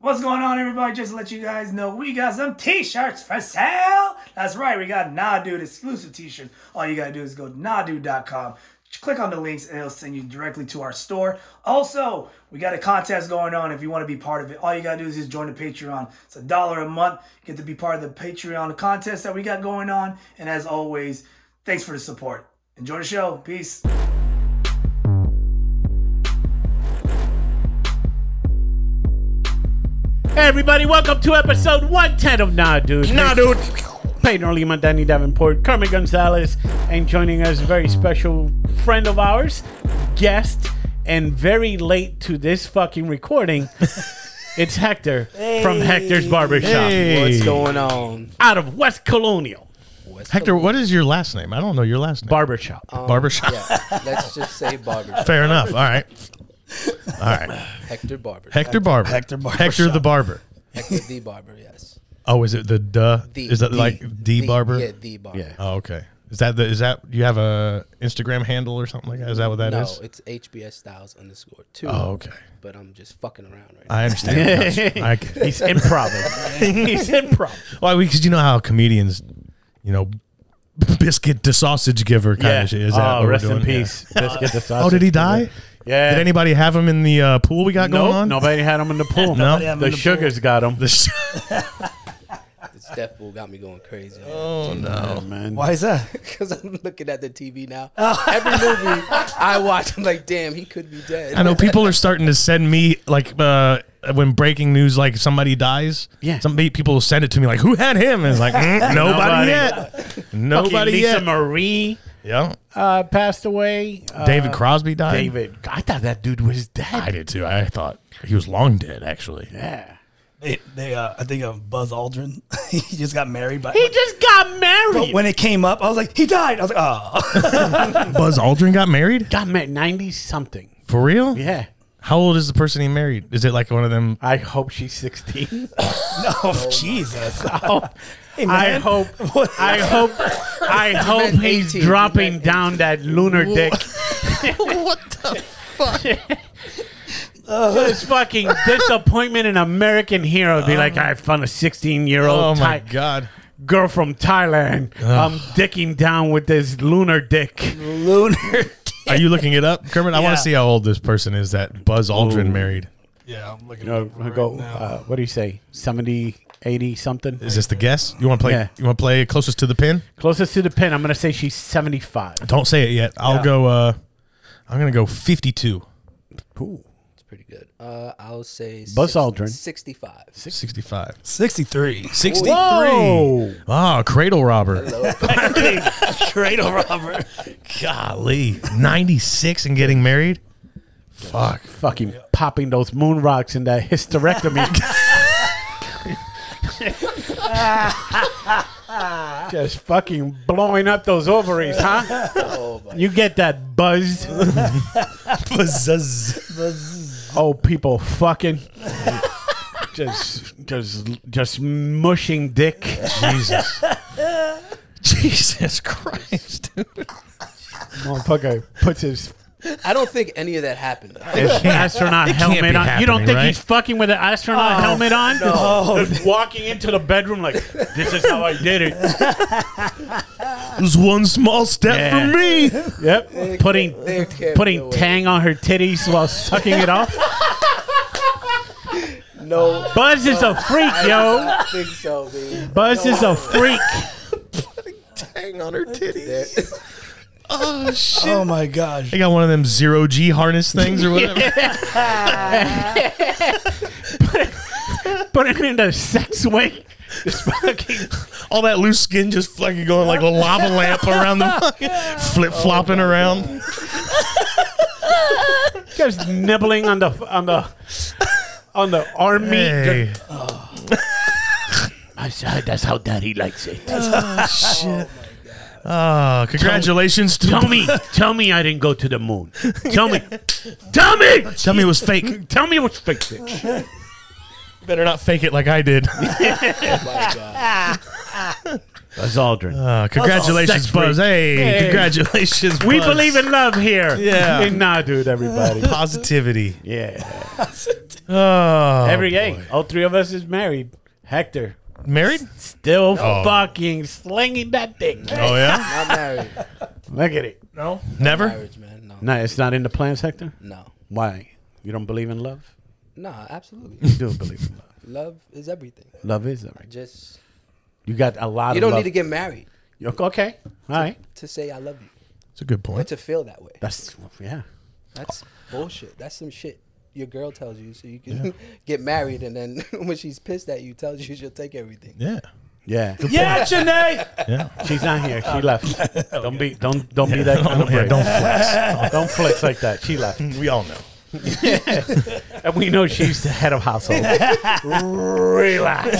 What's going on, everybody? Just to let you guys know, we got some t-shirts for sale. That's right, we got Nah Dude exclusive t-shirts. All you gotta do is go to nahdude.com, click on the links, and it'll send you directly to our store. Also, we got a contest going on if you want to be part of it. All you gotta do is just join the Patreon. It's a dollar a month. Get to be part of the Patreon contest that we got going on. And as always, thanks for the support. Enjoy the show. Peace. Hey everybody, welcome to episode 110 of Nah Dude. Nah, dude. Peyton Orleman, Danny Davenport, Carmen Gonzalez, and joining us, very special friend of ours, guest, and very late to this fucking recording. it's Hector from Hector's Barbershop What's Hey. going on? out of West Colonial Hector, what is your last name? I don't know your last name. Barbershop. Oh. Barbershop. Yeah, let's just say barbershop. Fair enough. All right. All right. Hector Barber. Hector Barber. Hector Barber. Hector the Barber. Hector the Barber, yes. Oh, is it the duh? The, is that the- like D Barber? Yeah, the Barber. Yeah. Oh, okay. Is that the is that you have a Instagram handle or something like that? Is that what that no, is? it's HBS Styles underscore two. Uh, Oh, okay. But I'm just fucking around right now. I understand. I get it. He's improv. He's improv. Well, because you know how comedians, you know, biscuit to sausage giver kind of shit. Is that oh, what we're rest in doing? Yeah. peace. Let's get the Oh, did he die? Yeah. Did anybody have him in the uh, pool we got going Nope, on? nobody had him in the pool. Nobody had him the in the sugars got him. The- This death pool got me going crazy. oh no. man. Why is that? Because I'm looking at the TV now. Oh. Every movie I watch, I'm like, damn, he could be dead. I know people are starting to send me like uh, when breaking news, like somebody dies. Yeah. some pe- people will send it to me like, "Who had him?" And it's like, mm, nobody, Nobody. yet, Fucking nobody Lisa yet. Marie yeah, uh, passed away. Uh, David Crosby died. David, I thought that dude was I dead. did too. I thought he was long dead. Actually, Yeah. They, they uh, I think of Buzz Aldrin. he just got married, but He just got married. when it came up, I was like, he died. I was like, oh, Buzz Aldrin got married got married, ninety something. for real. Yeah. How old is the person he married? Is it like one of them? I hope she's sixteen. no, Jesus. Oh, Hey, I man. hope. What- I hope. I hope meant he's 18. You dropping meant down that lunar dick. what the fuck? This fucking disappointment in American hero. Be like, I found a Oh sixteen-year-old my god! girl from Thailand. I'm dicking down with this lunar dick. lunar. Are you looking it up, Kermit? I want Yeah. to see how old this person is that Buzz Aldrin married. Yeah, I'm looking. No, I go. Uh, what do you say? 70, 80 something. Is this the guess? You want to play? Yeah. You want to play closest to the pin? Closest to the pin, I'm gonna say she's seventy five. Don't say it yet. I'll go. uh I'm gonna go 52, Cool. It's pretty good. Uh, I'll say Buzz Aldrin. 65. 65, 63. 63. Whoa. Ah, cradle robber. Cradle robber. Golly, 96 and getting married. Fuck. Fucking popping those moon rocks in that hysterectomy. Just fucking blowing up those ovaries, huh? you get that buzz. Buzz. Oh, people fucking. Just, just, just mushing dick. Jesus. Jesus Christ. Motherfucker puts his I don't think any of that happened. though. his astronaut can't be helmet on. You don't happening, think right? he's fucking with an astronaut helmet on? no. Just walking into the bedroom like, this is how I did it. There's one small step Yeah. for me. Yep. There Putting can't be putting a way. tang on her titties while sucking it off. No. Buzz is a freak, yo. I think so, man. Buzz is a freak. Hang on her titties. There- Oh, shit. Oh my gosh. They got one of them zero G harness things or whatever. Put it in the sex way. Just fucking All that loose skin just fucking going like a lava lamp around the flip flopping around. just nibbling on the on the on the arm meat. Hey. I said that's how daddy likes it. Shit. Oh, congratulations to Tell me, tell me I didn't go to the moon. Tell me, tell me, Tell me it was fake. tell me what's fake, bitch. Better not fake it like I did. Ah, That's Aldrin. Uh, congratulations, Buzz. Hey, congratulations. we Buzz. believe in love here. Yeah. And nah, dude, everybody. positivity. Yeah. Oh, Every day, all three of us is married. Hector married? still Oh. fucking slinging that dick. Oh yeah, Not married. Look at it. no, never. Marriage, man. No. No, it's not in the plans, Hector. No. Why? You don't believe in love? Nah, absolutely. You do believe in love. Love is everything. Love is everything. Just You got a lot. you of don't love. need to get married You're- Okay. All right. to say I love you. It's a good But point. to feel that way. That's yeah. That's bullshit. That's some shit your girl tells you so you can get married and then when she's pissed at you tells you she'll take everything. Yeah, Yeah. Yeah, Janae. yeah. She's not here. She left. Don't be don't don't be that kind of yeah, break. don't flex. don't flex like that. She left. We all know. And we know she's the head of household. Relax.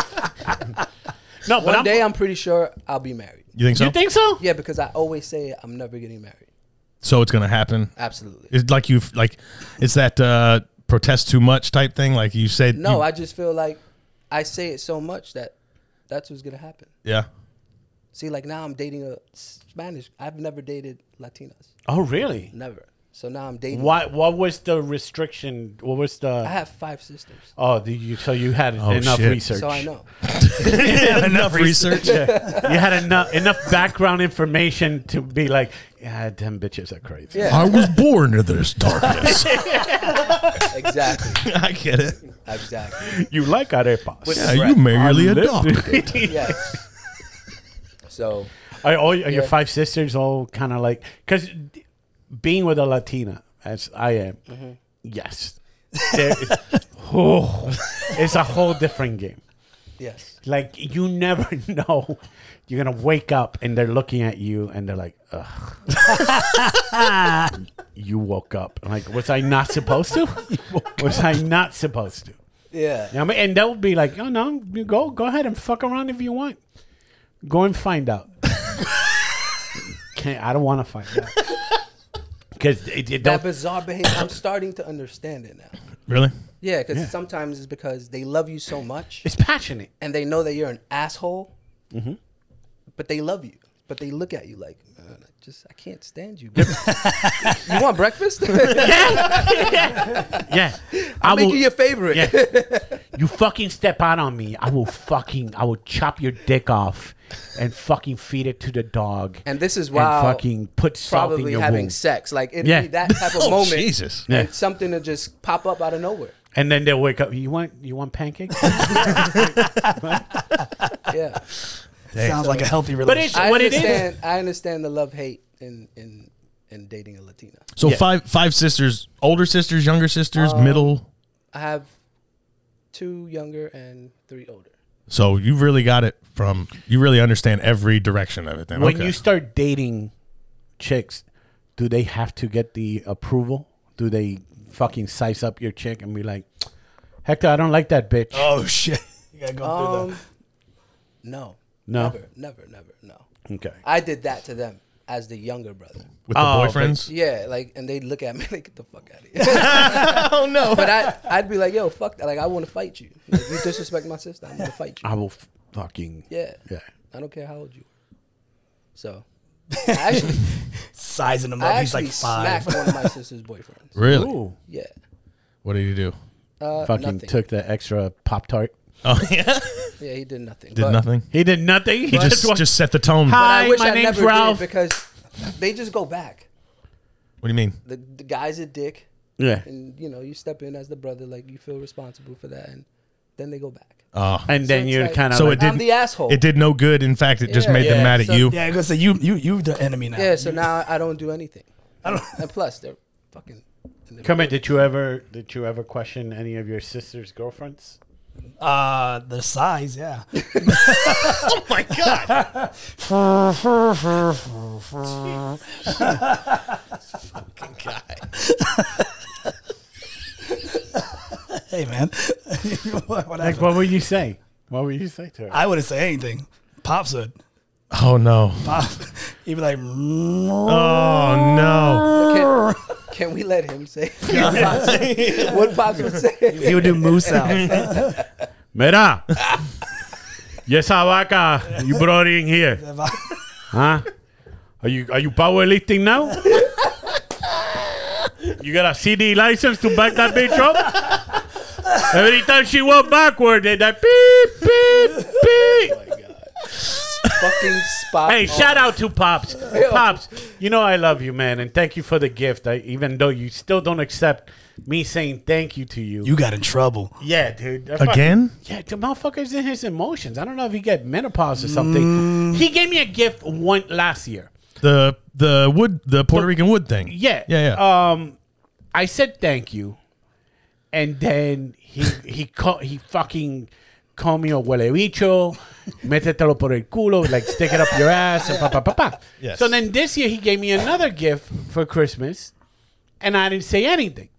no, but One I'm, day I'm pretty sure I'll be married. You think so? you think so? Yeah, because I always say I'm never getting married. so? It's gonna happen. Absolutely. It's like you like. It's that uh, protest too much type thing. Like you said. No, you- I just feel like I say it so much that that's what's gonna happen. yeah. See, like now I'm dating a Spanish. I've never dated Latinas, Oh, really? never. So now I'm dating. What what was the restriction? What was I the have five sisters, Oh, the, you so you had enough Oh, shit. research. so I know. Enough research. You had enough enough background information to be like, yeah, them bitches are crazy. Yeah. I was born into this darkness. Exactly, I get it. exactly. You like arepas. Yeah, you merely adopted. Yes. So Are all are your Yeah. five sisters all kind of like because being with a Latina as I am, yes, there is, oh, it's a whole different game. yes, Like you never know, you're gonna wake up and they're looking at you and they're like, "Ugh, you woke up." I'm like, was I not supposed to? Was I not supposed to? yeah. You know what I mean? And they'll be like, "Oh no, you go, go ahead and fuck around if you want. Go and find out." Can't. I don't want to find out because it, it don't. That bizarre behavior. I'm starting to understand it now. Really? Yeah, because sometimes it's because they love you so much It's passionate. and they know that you're an asshole, Mm-hmm. but they love you. But they look at you like, man, I just I can't stand you. bro." you want breakfast? Yeah, I I'll make will. you your favorite. yeah. you fucking step out on me. I will fucking. I will chop your dick off and fucking feed it to the dog. And this is why fucking put salt in probably your having wound. sex. Like it'd Yeah. Oh, be that type of moment. Oh, Jesus. Yeah. It's something to just pop up out of nowhere. And then they'll wake up. You want? You want pancakes? Yeah. Sounds like a healthy but it's relationship. I what it is. understand I understand the love hate in in in dating a Latina. So Yeah. Uh, five five sisters, older sisters, younger sisters, middle. I have two younger and three older. So you really got it from you really understand every direction of it then. when okay. you start dating chicks, do they have to get the approval? Do they fucking size up your chick and be like, Hector, I don't like that bitch. Oh shit! You gotta go through Um, the. no. No? Never, never, never, no. Okay. I did that to them as the younger brother. with the Oh, boyfriends? Yeah, like, and they look at me like, get the fuck out of here. Oh no. but I, I'd be like, yo, fuck that. Like, I want to fight you. Like, you disrespect my sister, I'm gonna fight you. I will f- fucking. Yeah. Yeah. I don't care how old you are. So, I actually, Sizing him up. I He's actually like five. smacked one of my sister's boyfriends. Really? Ooh. Yeah. What did you do? Uh, Fucking nothing. took the extra Pop Tart. Oh yeah. Yeah, he did nothing. Did But- nothing. He did nothing. He just just set the tone. but Hi. I Hi, wish my I name's never Ralph. did because they just go back. What do you mean? The, the guy's a dick, Yeah. and you know you step in as the brother, like you feel responsible for that, and then they go back. Oh. And then it's you're like- kind of. So like, it didn't I'm the asshole. It did no good. In fact, it just Yeah. made them Yeah, mad at so- you. Yeah, I gotta say you you you the enemy now. Yeah, so now I don't do anything. I don't. And plus, they're fucking. and they're- Come in. Did you ever? Did you ever question any of your sister's girlfriends? Uh, the size. Yeah. Oh my god. Fucking guy. Hey man. what, what Like, happened? what would you say? What would you say to her? I wouldn't say anything. Pops would. Oh no. Pop. He'd be like, Oh Can, no. can we let him say what pops would say? he would do moose sounds. Mira. yes, vaca you brought in here. Huh? Are you are you powerlifting now? You got a CD license to back that bitch up? Every time she went backward, they that beep, beep, beep. Fucking spot. Hey, on. shout out to Pops. Pops, you know I love you, man, and thank you for the gift. I, even though you still don't accept me saying thank you to you. You got in trouble. yeah, dude. I fucking- Again? yeah, the motherfucker's in his emotions. I don't know if he got menopause or something. He gave me a gift one last year. The the wood the Puerto Rican wood thing. Yeah. Yeah, yeah. Uh, Um, I said thank you, and then he he called he fucking called me a huele bicho, métetelo por el culo, like stick it up your ass, and pa pa pa pa. Yes. So then this year he gave me another gift for Christmas, and I didn't say anything.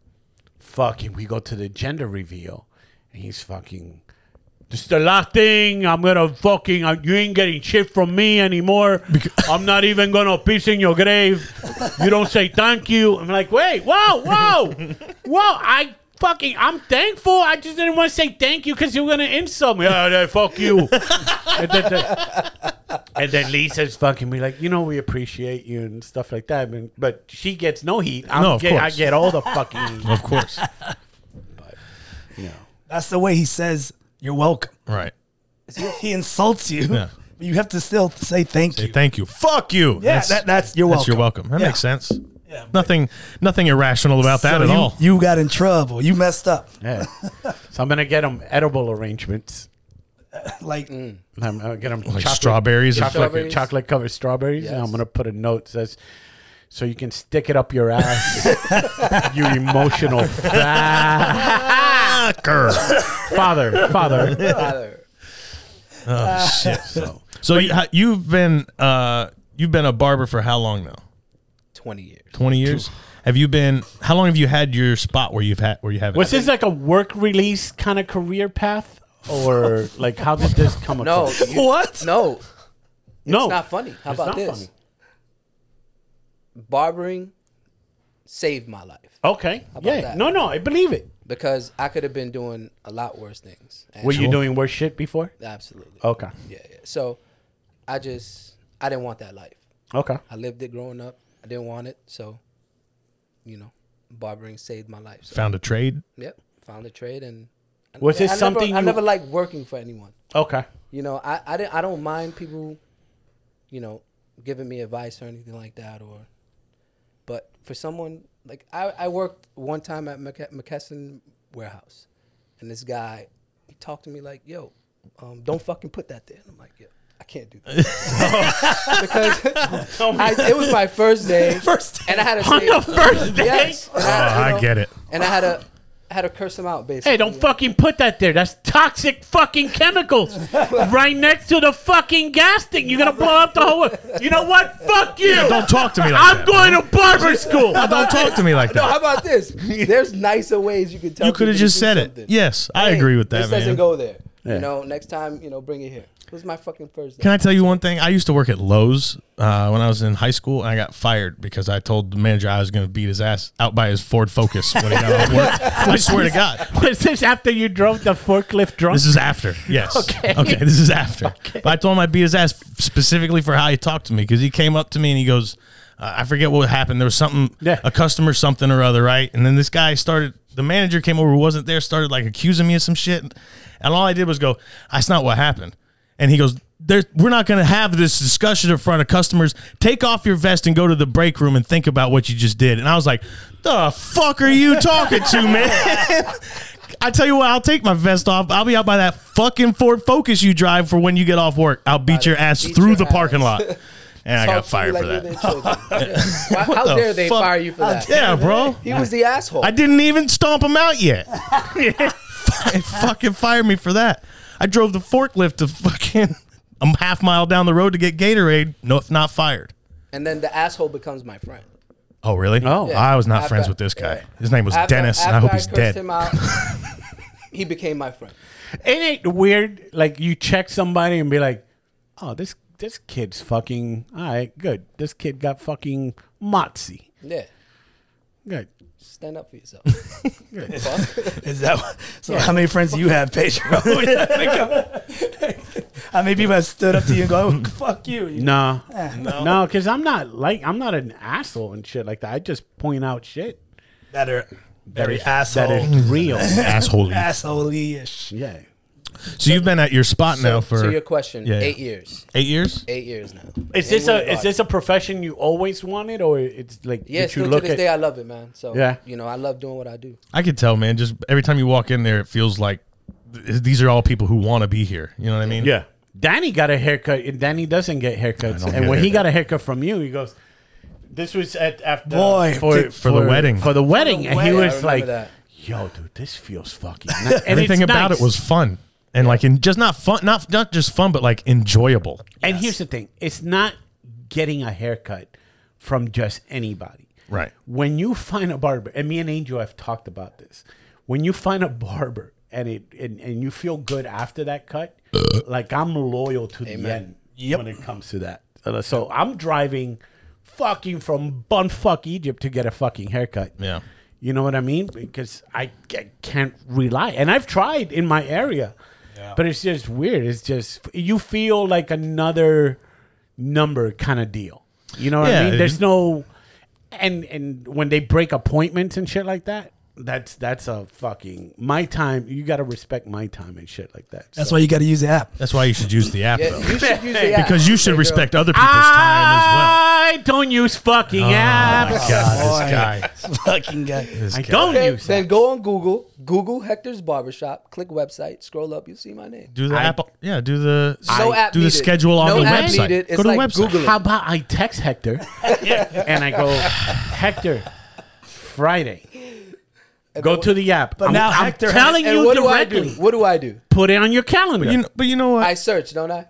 Fucking, we go to the gender reveal, and he's fucking. This is the last thing I'm gonna fucking. uh, you ain't getting shit from me anymore. I'm not even gonna piss in your grave. You don't say thank you. I'm like, wait, whoa, whoa, whoa. I fucking. I'm thankful. I just didn't want to say thank you because you were gonna insult me. Yeah, yeah, fuck you. and, then, the- and then Lisa's fucking me like, you know, we appreciate you and stuff like that. And- but she gets no heat. I'm No, of get- I course. get all the fucking. Of course. That's the way he says, You're welcome. right. He insults you. Yeah. But you have to still say thank Say you. thank you. Fuck you. yeah, that's, that, that's you're welcome. That's you're welcome. That Yeah. makes sense. Yeah. Nothing nothing irrational about that So at you, all. You got in trouble. You messed up. Yeah. So I'm gonna get them edible arrangements. Like I'm gonna get them like strawberries and chocolate, fucking- chocolate covered strawberries, and Yes. I'm gonna put a note that says, "So you can stick it up your ass, you emotional fa- Fucker. father, father." Father. oh shit. So, you, how- you've been uh you've been a barber for how long now? Twenty years. 20 years? Have you been how long have you had your spot where you've had where you have Was this like a work release kind of career path, or like how did this come? No. across? you- What? No. no, It's not funny. Oh, How It's about not this? funny. Barbering saved my life Okay, about yeah, that? no, no, I believe it. because I could have been doing a lot worse things. And- Were you doing Oh. worse shit before? Absolutely. Okay, Yeah, yeah. So I just I didn't want that life. okay, I lived it growing up. I didn't want it. So, you know, barbering saved my life. So, found a trade? yep. Found a trade and Was Yeah, this I never- something I you- never liked working for anyone. okay. You know, I I, didn't, I don't mind people, you know, giving me advice or anything like that. Or, but for someone like I, I worked one time at McK- McKesson Warehouse, and this guy, he talked to me like, "Yo, um, don't fucking put that there." And I'm like, "Yo, I can't do that," because I, it was my first day, First day. and I had to On say, the first Oh day? Yes, and Oh, I, I get it. and I had to, I had to curse him out basically. Hey, don't fucking put that there. That's toxic fucking chemicals right next to the fucking gas thing. You're gonna blow up the whole. You know what? Fuck you. Don't talk to me like I'm that. going to barber school. Don't talk to me like No, how that. about this? There's nicer ways you could tell. You could have people to just do said it. something. Yes, I Hey, agree with that, This man. doesn't go there. Yeah. You know, next time, you know, bring it here. It was my fucking first day. Can I tell you one thing? I used to work at Lowe's uh, when I was in high school, and I got fired because I told the manager I was going to beat his ass out by his Ford Focus when he got off work. I swear to God, Was this after you drove the forklift drunk? this is after. Yes. Okay. Okay. This is after. But I told him I beat his ass specifically for how he talked to me because he came up to me and he goes, uh, I forget what happened. There was something, Yeah. a customer something or other, right? And then this guy started. The manager came over who wasn't there, started like accusing me of some shit, and all I did was go, "That's not what happened." And he goes, there, "We're not going to have this discussion in front of customers. Take off your vest and go to the break room and think about what you just did." And I was like, "The fuck are you talking to, man?" I tell you what, I'll take my vest off. I'll be out by that fucking Ford Focus you drive for when you get off work. I'll beat your ass beat through your the ass. parking lot. And I Talk got to fired you for like that. you're their children. Yeah. Why- How the dare they fuck? fire you for that? Yeah, bro. He was the asshole. I didn't even stomp him out yet. They fucking fired me for that. I drove the forklift to fucking a half mile down the road to get Gatorade. No, if not fired. and then the asshole becomes my friend. Oh, really? Oh. Yeah. I was not After- friends with this guy. yeah. His name was After- Dennis, after and I hope he's cursed dead. Him out, he became my friend. Ain't it weird? Like you check somebody and be like, "Oh, this this kid's fucking all right, good. This kid got fucking motsy. Yeah. Good. Stand up for yourself. is that so? How many friends do you have, Pedro? how many people have stood up to you and go, "Oh, "Fuck you"? you No, no, because I'm not like I'm not an asshole and shit like that. I just point out shit. that are very asshole, That is real. asshole. asshole-ish. yeah. So you've been at your spot now for so your question, Yeah, yeah. eight years, eight years. eight years now. Is Ain't this really a is hard. this a profession you always wanted, or it's like Yeah, did you still look to this at? day, I love it, man. So Yeah. you know, I love doing what I do. I could tell, man. Just every time you walk in there, it feels like th- these are all people who want to be here. You know what I mean? yeah, Danny got a haircut. and Danny doesn't get haircuts, don't and get when he haircut. got a haircut from you, he goes. This was at after Boy, dude, for the wedding. for the wedding, and he wedding. I was remember like, that. "Yo, dude, this feels fucking." Nice. And it's Everything about nice. it was fun and like in just not fun, not not just fun, but like enjoyable. And here's the thing: it's not getting a haircut from just anybody. Right. When you find a barber, and me and Angel have talked about this, when you find a barber and it and, and you feel good after that cut, like I'm loyal to the end when it comes to that. Uh, So I'm driving fucking from bunfuck Egypt to get a fucking haircut. Yeah. You know what I mean? Because I, I can't rely. And I've tried in my area, but it's just weird. It's just, you feel like another number kind of deal. You know what Yeah, I mean? it- There's no, and and when they break appointments and shit like that, that's that's a fucking my time. You got to respect my time and shit like that. That's why you got to use the app. That's why you should use the app Yeah, though, you should use the app. because you should Hey, girl. respect other people's Ah, time I don't use fucking as well. apps. God, this guy. Fucking guy. This I guy. don't Okay, use. then apps. go on Google, Google Hector's Barbershop, click website, scroll up, you'll see my name. do the I- Apple. Yeah, do the No app do the needed. schedule on No the app website. needed. It's Go to like the website. Google it. How about I text Hector and I go, Hector, Friday. Go to the app. But I'm, now I'm Hector has- telling And you what do I directly. do? What do I do? Put it on your calendar. You know, but you know what? I search, don't I?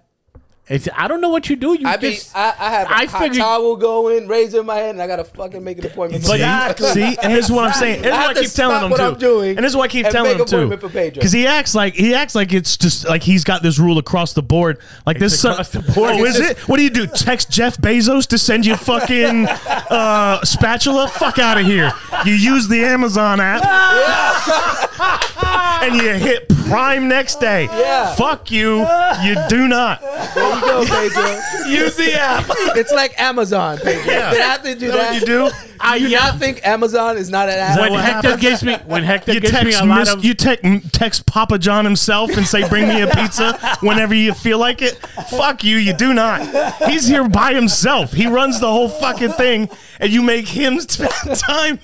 It's I don't know what you do. You I be, just I, I have a I hot figured- towel going, razor in my hand, and I gotta fucking make an appointment. But Exactly. see, and this is what I'm saying. This is I have what I to keep telling stop him what too. I'm doing and this is what I keep and telling make him too. appointment for Pedro. Because he acts like he acts like it's just like he's got this rule across the board. Like this son- across the board. Oh, is it? What do you do? Text Jeff Bezos to send you a fucking uh, spatula? Fuck out of here! You use the Amazon app and you hit Prime next day. Yeah. Fuck you. You do not. There you go, Pedro. Use the app. It's like Amazon, Pedro. Yeah. Did I have to do Is that that? what you do? I I yeah. think Amazon is not an app. that When what Hector happens? gives me when Hector You gives me text, a lot Miss- of you tec- text Papa John himself and say, "Bring me a pizza whenever you feel like it." Fuck you, you do not. He's here by himself. He runs the whole fucking thing, and you make him spend time.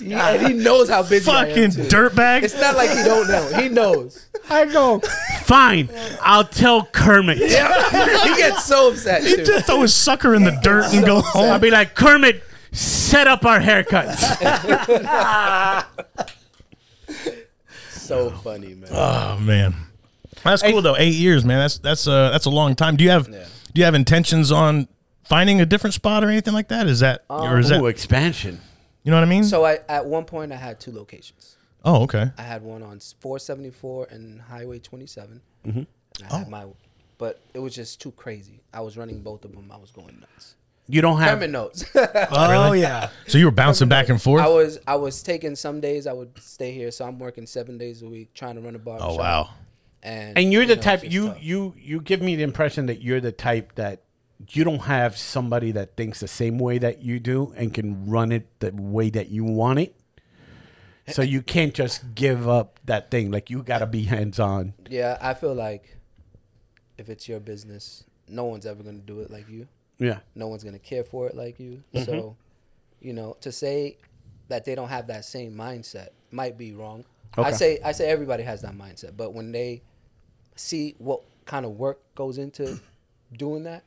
He- and he knows how busy I Fucking am, too. It's dirtbag. not like he don't know. He knows. I go fine. I'll tell Kermit. He gets so upset too. Just throw his sucker in the dirt and go I'll home. be like Kermit. Set up our haircuts. so funny, man. Oh man, that's cool though. Eight years, man. That's that's uh that's a long time. Do you have do you have intentions on finding a different spot or anything like that? Is that or is that Ooh, expansion. you know what I mean? Um, So I at one point I had two locations. oh okay. I had one on 474 and Highway 27. Mm-hmm. I Oh. had my, but it was just too crazy. I was running both of them. I was going nuts. You don't have Herman notes. Oh yeah. So you were bouncing back and forth. I was I was taking some days I would stay here, so I'm working seven days a week trying to run a bar. Oh wow. And And you're you the know, type it's you tough. you you give me the impression that you're the type that you don't have somebody that thinks the same way that you do and can run it the way that you want it. So you can't just give up that thing. Like you gotta be hands on. Yeah, I feel like if it's your business, no one's ever gonna do it like you. Yeah. no one's going to care for it like you. So, you know, to say that they don't have that same mindset might be wrong. I Okay. say I say everybody has that mindset, but when they see what kind of work goes into doing that,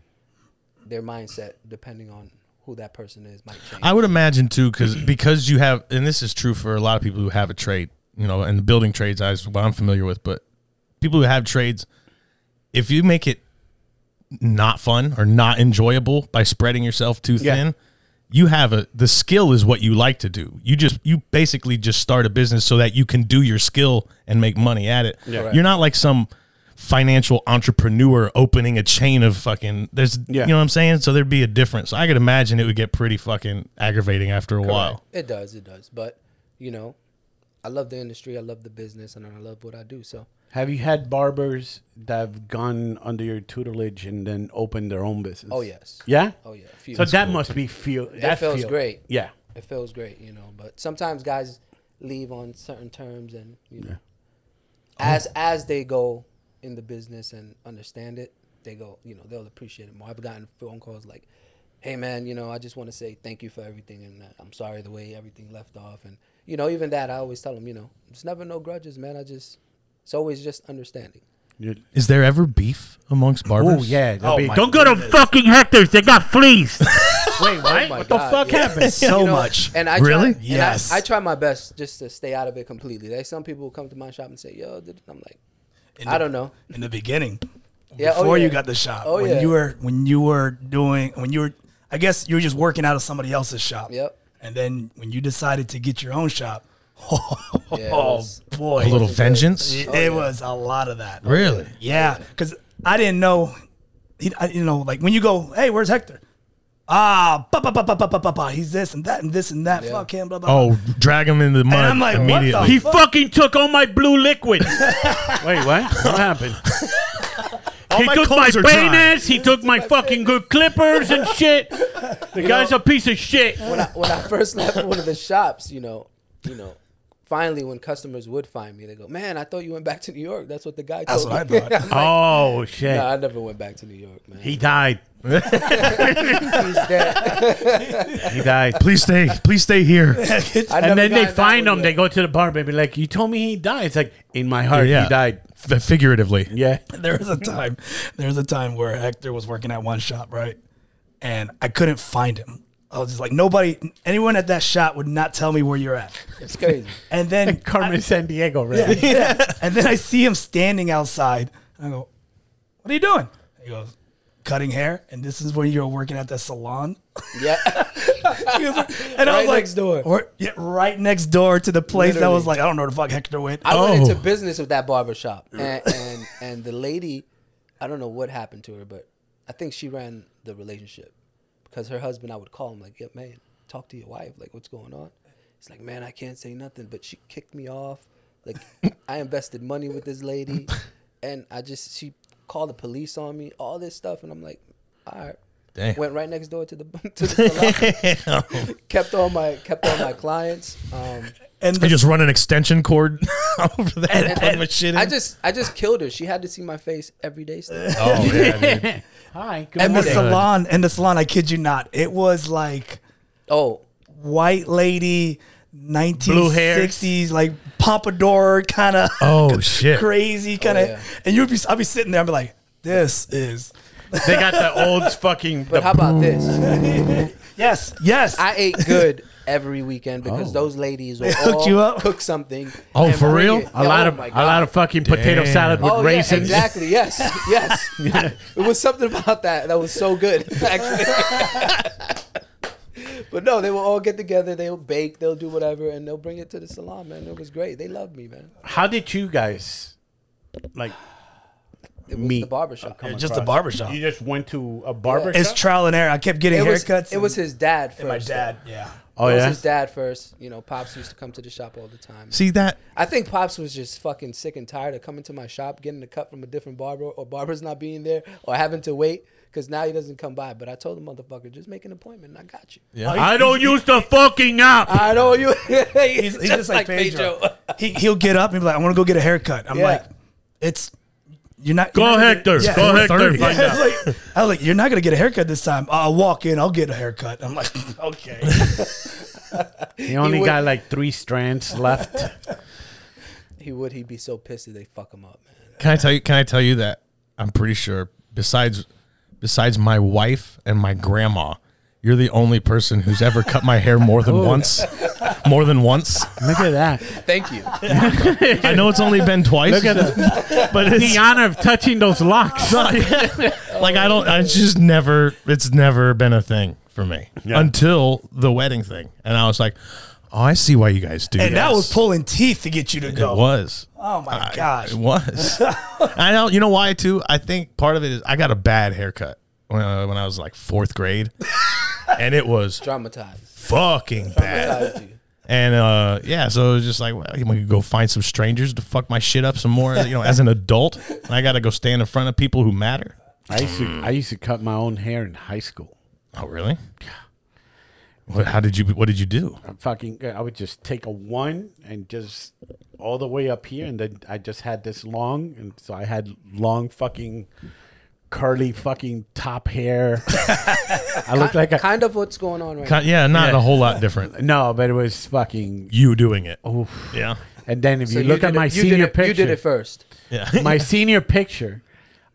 their mindset depending on who that person is might change. I would imagine too, because because you have, and this is true for a lot of people who have a trade, you know, and the building trades is what I'm familiar with, but people who have trades, if you make it not fun or not enjoyable by spreading yourself too Yeah. thin, you have a the skill is what you like to do. You just you basically just start a business so that you can do your skill and make money at it. Yeah. Right. You're not like some financial entrepreneur opening a chain of fucking there's Yeah. you know what I'm saying? So there'd be a difference. I could imagine it would get pretty fucking aggravating after a while. it does, it does. But, you know, I love the industry, I love the business, and I love what I do. So, Have you had barbers that have gone under your tutelage and then opened their own business? oh yes. Yeah? Oh yeah. a few. So that must be feel that, feels feel- great. Yeah. it feels great, you know. But sometimes guys leave on certain terms, and you know, as as they go in the business and understand it, they go, you know, they'll appreciate it more. I've gotten phone calls like, "Hey, man, you know, I just want to say thank you for everything, and uh, I'm sorry the way everything left off." And you know, even that, I always tell them, you know, it's never no grudges, man. I just it's always just understanding. Is there ever beef amongst barbers? Oh yeah, that'd Oh, be- my don't go to goodness. fucking Hector's. They got fleas. Wait, what? my what the God, fuck yeah. happened? so You know, Oh, much. And I Really? Try, Yes. And I, I try my best just to stay out of it completely. There's some people who come to my shop and say, "Yo," did-" I'm like, In I the- don't know. In the beginning, Yeah, oh, before you yeah. got the shop, Oh, when yeah. you were when you were doing when you were, I guess you were just working out of somebody else's shop. Yep. And then when you decided to get your own shop, oh, it was- Oh, boy, A little vengeance. It, it was a lot of that. Really? Yeah, because I didn't know, he- I- you know, like when you go, hey, where's Hector? Ah, ba ba ba ba ba ba ba ba. He's this and that and this and that. Yeah. Fuck him. Blah blah. blah. Oh, drag him in the mud I'm like, what the immediately. He Fuck. fucking took all my blue liquid. Wait, what? What happened? he my took my clothes are dry. bayonets. He took my fucking good clippers and shit. The guy's a piece of shit. when I when I first left one of the shops, you know, you know, finally when customers would find me, they go, "Man, I thought you went back to New York." That's what the guy. That's told what me. I I'm thought. like, Oh shit! no, I never went back to New York, man. He died. He's dead. He died. please stay. Please stay here. I and never then gotten they that find one him. They yet. go to the bar, baby. Like you told me he died. It's like in my heart, Oh, Yeah. he died. F- figuratively. Yeah. there was a time there was a time where Hector was working at one shop, right? And I couldn't find him. I was just like nobody anyone at that shop would not tell me where you're at. It's crazy. And then Carmen San Diego, right? and then I see him standing outside and I go, What are you doing? He goes, Cutting hair, and this is when you're working at the salon. Yeah. He was like- and I Right was like, next door. Or, yeah, right next door to the place that was like, I don't know where the fuck Hector went. I went Oh. into business with that barber shop, and, and and the lady, I don't know what happened to her, but I think she ran the relationship because her husband. I would call him like, "Yeah, man, talk to your wife. Like, what's going on?" He's like, "Man, I can't say nothing," but she kicked me off. Like, I invested money with this lady, and I just she called the police on me, all this stuff, and I'm like, "All right." Damn. Went right next door to the to the salon. kept all my kept all my clients. Um, and You the, just run an extension cord over that and, put and- my shit in. I just I just killed her. She had to see my face every day. Still. oh yeah. dude. Hi. Good and the morning. salon and the salon, I kid you not, it was like Oh, white lady, Blue hair. 1960s, like pompadour kind of Oh shit. crazy kind of. yeah. And you'd be, I'd be sitting there, I'd be like, this is they got the old fucking. but how about this? yes, yes. I ate good every weekend because those ladies will hooked all you up? cook something. Oh, and for bring real? it. a lot Oh of my a God. lot of fucking potato Damn. salad with Oh yeah, raisins. exactly. Yes, yes. It was something about that that was so good, actually. but no, they will all get together. They'll bake. They'll do whatever, and they'll bring it to the salon. Man, it was great. They loved me, man. How did you guys like? It was Me. the barbershop. Oh, It's just a barbershop. You just went to a barber It's shop? trial and error. I kept getting It was, haircuts. it was his dad first. and my dad. Yeah. oh It was yeah. his dad first. You know, Pops used to come to the shop all the time. See that? I think Pops was just fucking sick and tired of coming to my shop, getting a cut from a different barber, or barbers not being there, or having to wait because now he doesn't come by. But I told the motherfucker, just make an appointment. and I got you. Yeah. I don't use the fucking app. I know you. He's, he's just, like, Pedro. he, he'll get up and be like, I want to go get a haircut. I'm Yeah. like, it's, you're not. Go you're not Hector. gonna get- yeah. Go Hector. 4:30. Find Yeah, out. I was like, I was like, you're not gonna get a haircut this time. I'll walk in. I'll get a haircut. I'm like, okay. He only would- got like three strands left. He would. He'd be so pissed that they fuck him up, man. Can I tell you? Can I tell you that I'm pretty sure. Besides, besides my wife and my grandma, you're the only person who's ever cut my hair more Oh. than once. More than once. Look at that. Thank you. I know it's only been twice. Look at it. But it's The honor of touching those locks. like I don't. I just never. It's never been a thing for me until the wedding thing, and I was like, "Oh, I see why you guys do." and that this." was pulling teeth to get you to It go. was. Oh my gosh. It was. I know. You know why too? I think part of it is I got a bad haircut when, uh, when I was like fourth grade, and it was Traumatized. fucking bad. Traumatized you. And uh, yeah, so it was just like well, I'm gonna go find some strangers to fuck my shit up some more. You know, as an adult, and I got to go stand in front of people who matter. I used to I used to cut my own hair in high school. Oh, really? What, how did you? What did you do? fucking I would just take a one and just all the way up here and then I just had this long and so I had long fucking curly fucking top hair. I looked like a Kind of what's going on right Ki- Yeah, not a whole lot different. no, but it was fucking You doing it? Yeah, and then if now. So you look did at it- my you senior did it, picture You did it first. yeah. my senior picture,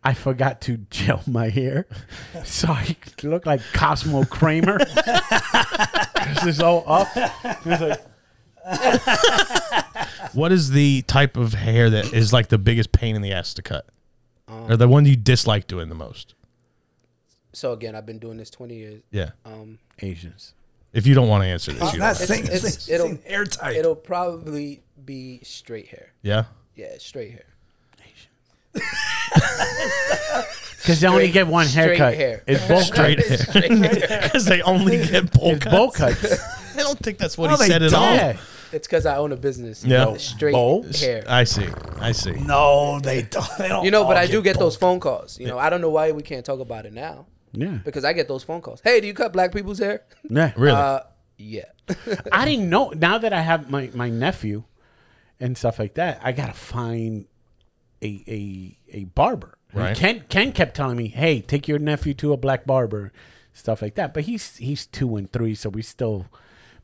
I forgot to gel my hair, so I look like Cosmo Kramer. this is all up. It's like, What is the type of hair that is like the biggest pain in the ass to cut, or the one you dislike doing the most? So again, I've been doing this 20 years. Yeah. Asians. If you don't want to answer this, you uh, That's don't. same, it's- same- it'll- same hair type. It'll probably be straight hair. Yeah. Yeah, straight hair. Because they only Straight- get one straight haircut. hair. It's bowl Straight cuts. because they only get bowl It's cuts. bowl cuts. I don't think that's what No, he they said at all. yeah. It's because I own a business. Yeah. No, straight Bowl? hair. I Oh, see. I see. no, they don't. They don't you know, but all I do get both. those phone calls. You know, I don't know why we can't talk about it now Yeah. because I get those phone calls. Hey, do you cut black people's hair? yeah. Really? Uh, yeah. I didn't know. Now that I have my, my nephew and stuff like that, I gotta find a a a barber. Right. Ken Ken kept telling me, "Hey, take your nephew to a black barber, stuff like that." But he's he's two and three, so we still.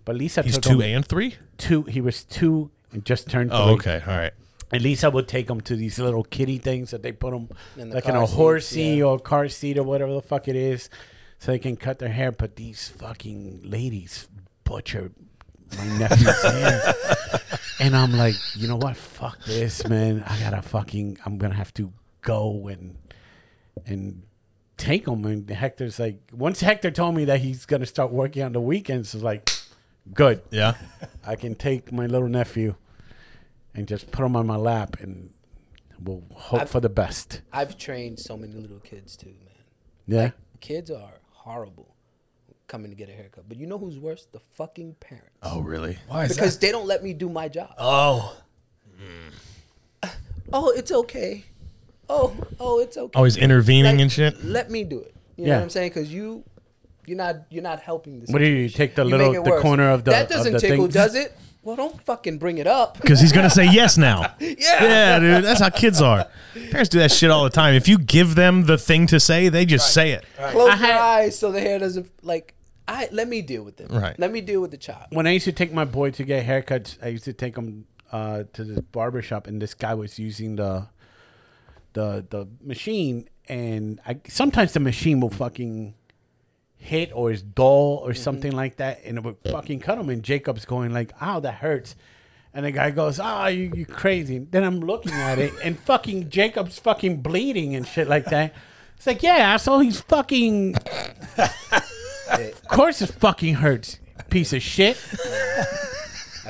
But Lisa He's took two him and three. two. He was two and just turned. Oh, three. okay. All right. At least I would take them to these little kitty things that they put them In the like in car a seat, horse seat yeah. or a car seat or whatever the fuck it is, so they can cut their hair. But these fucking ladies butcher my nephew's hair, and I'm like, you know what? Fuck this, man. I gotta fucking. I'm gonna have to go and and take them. And Hector's like, once Hector told me that he's gonna start working on the weekends, it's like, good. Yeah. I can take my little nephew and just put him on my lap and we'll hope for the best. I've trained so many little kids too, man. Yeah. Kids are horrible coming to get a haircut. But you know who's worse? The fucking parents. Oh, really? Why is because that? they don't let me do my job. Oh, oh, it's okay. Oh, oh, it's okay. Always intervening Like, and shit. Let me do it. You know Yeah. what I'm saying? Because you, you're not, you're not helping this. What do you do? Take the little- the corner of the- that of doesn't the tickle, thing? does it? Well, don't fucking bring it up. Because he's gonna say yes now. Yeah. Yeah, dude. That's how kids are. Parents do that shit all the time. If you give them the thing to say, they just say it. Close I had- your eyes so the hair doesn't like. I let me deal with it. Right. Let me deal with the child. When I used to take my boy to get haircuts, I used to take him uh, to the barber shop, and this guy was using the the the machine, and I sometimes the machine will fucking hit or is dull or Mm-hmm. something like that, and it would fucking cut him. And Jacob's going like, "Ow, that hurts," and the guy goes, "Ah, you you crazy." Then I'm looking at it, and fucking Jacob's fucking bleeding and shit like that. It's like, yeah, asshole, he's fucking. of course, it fucking hurts, piece of shit.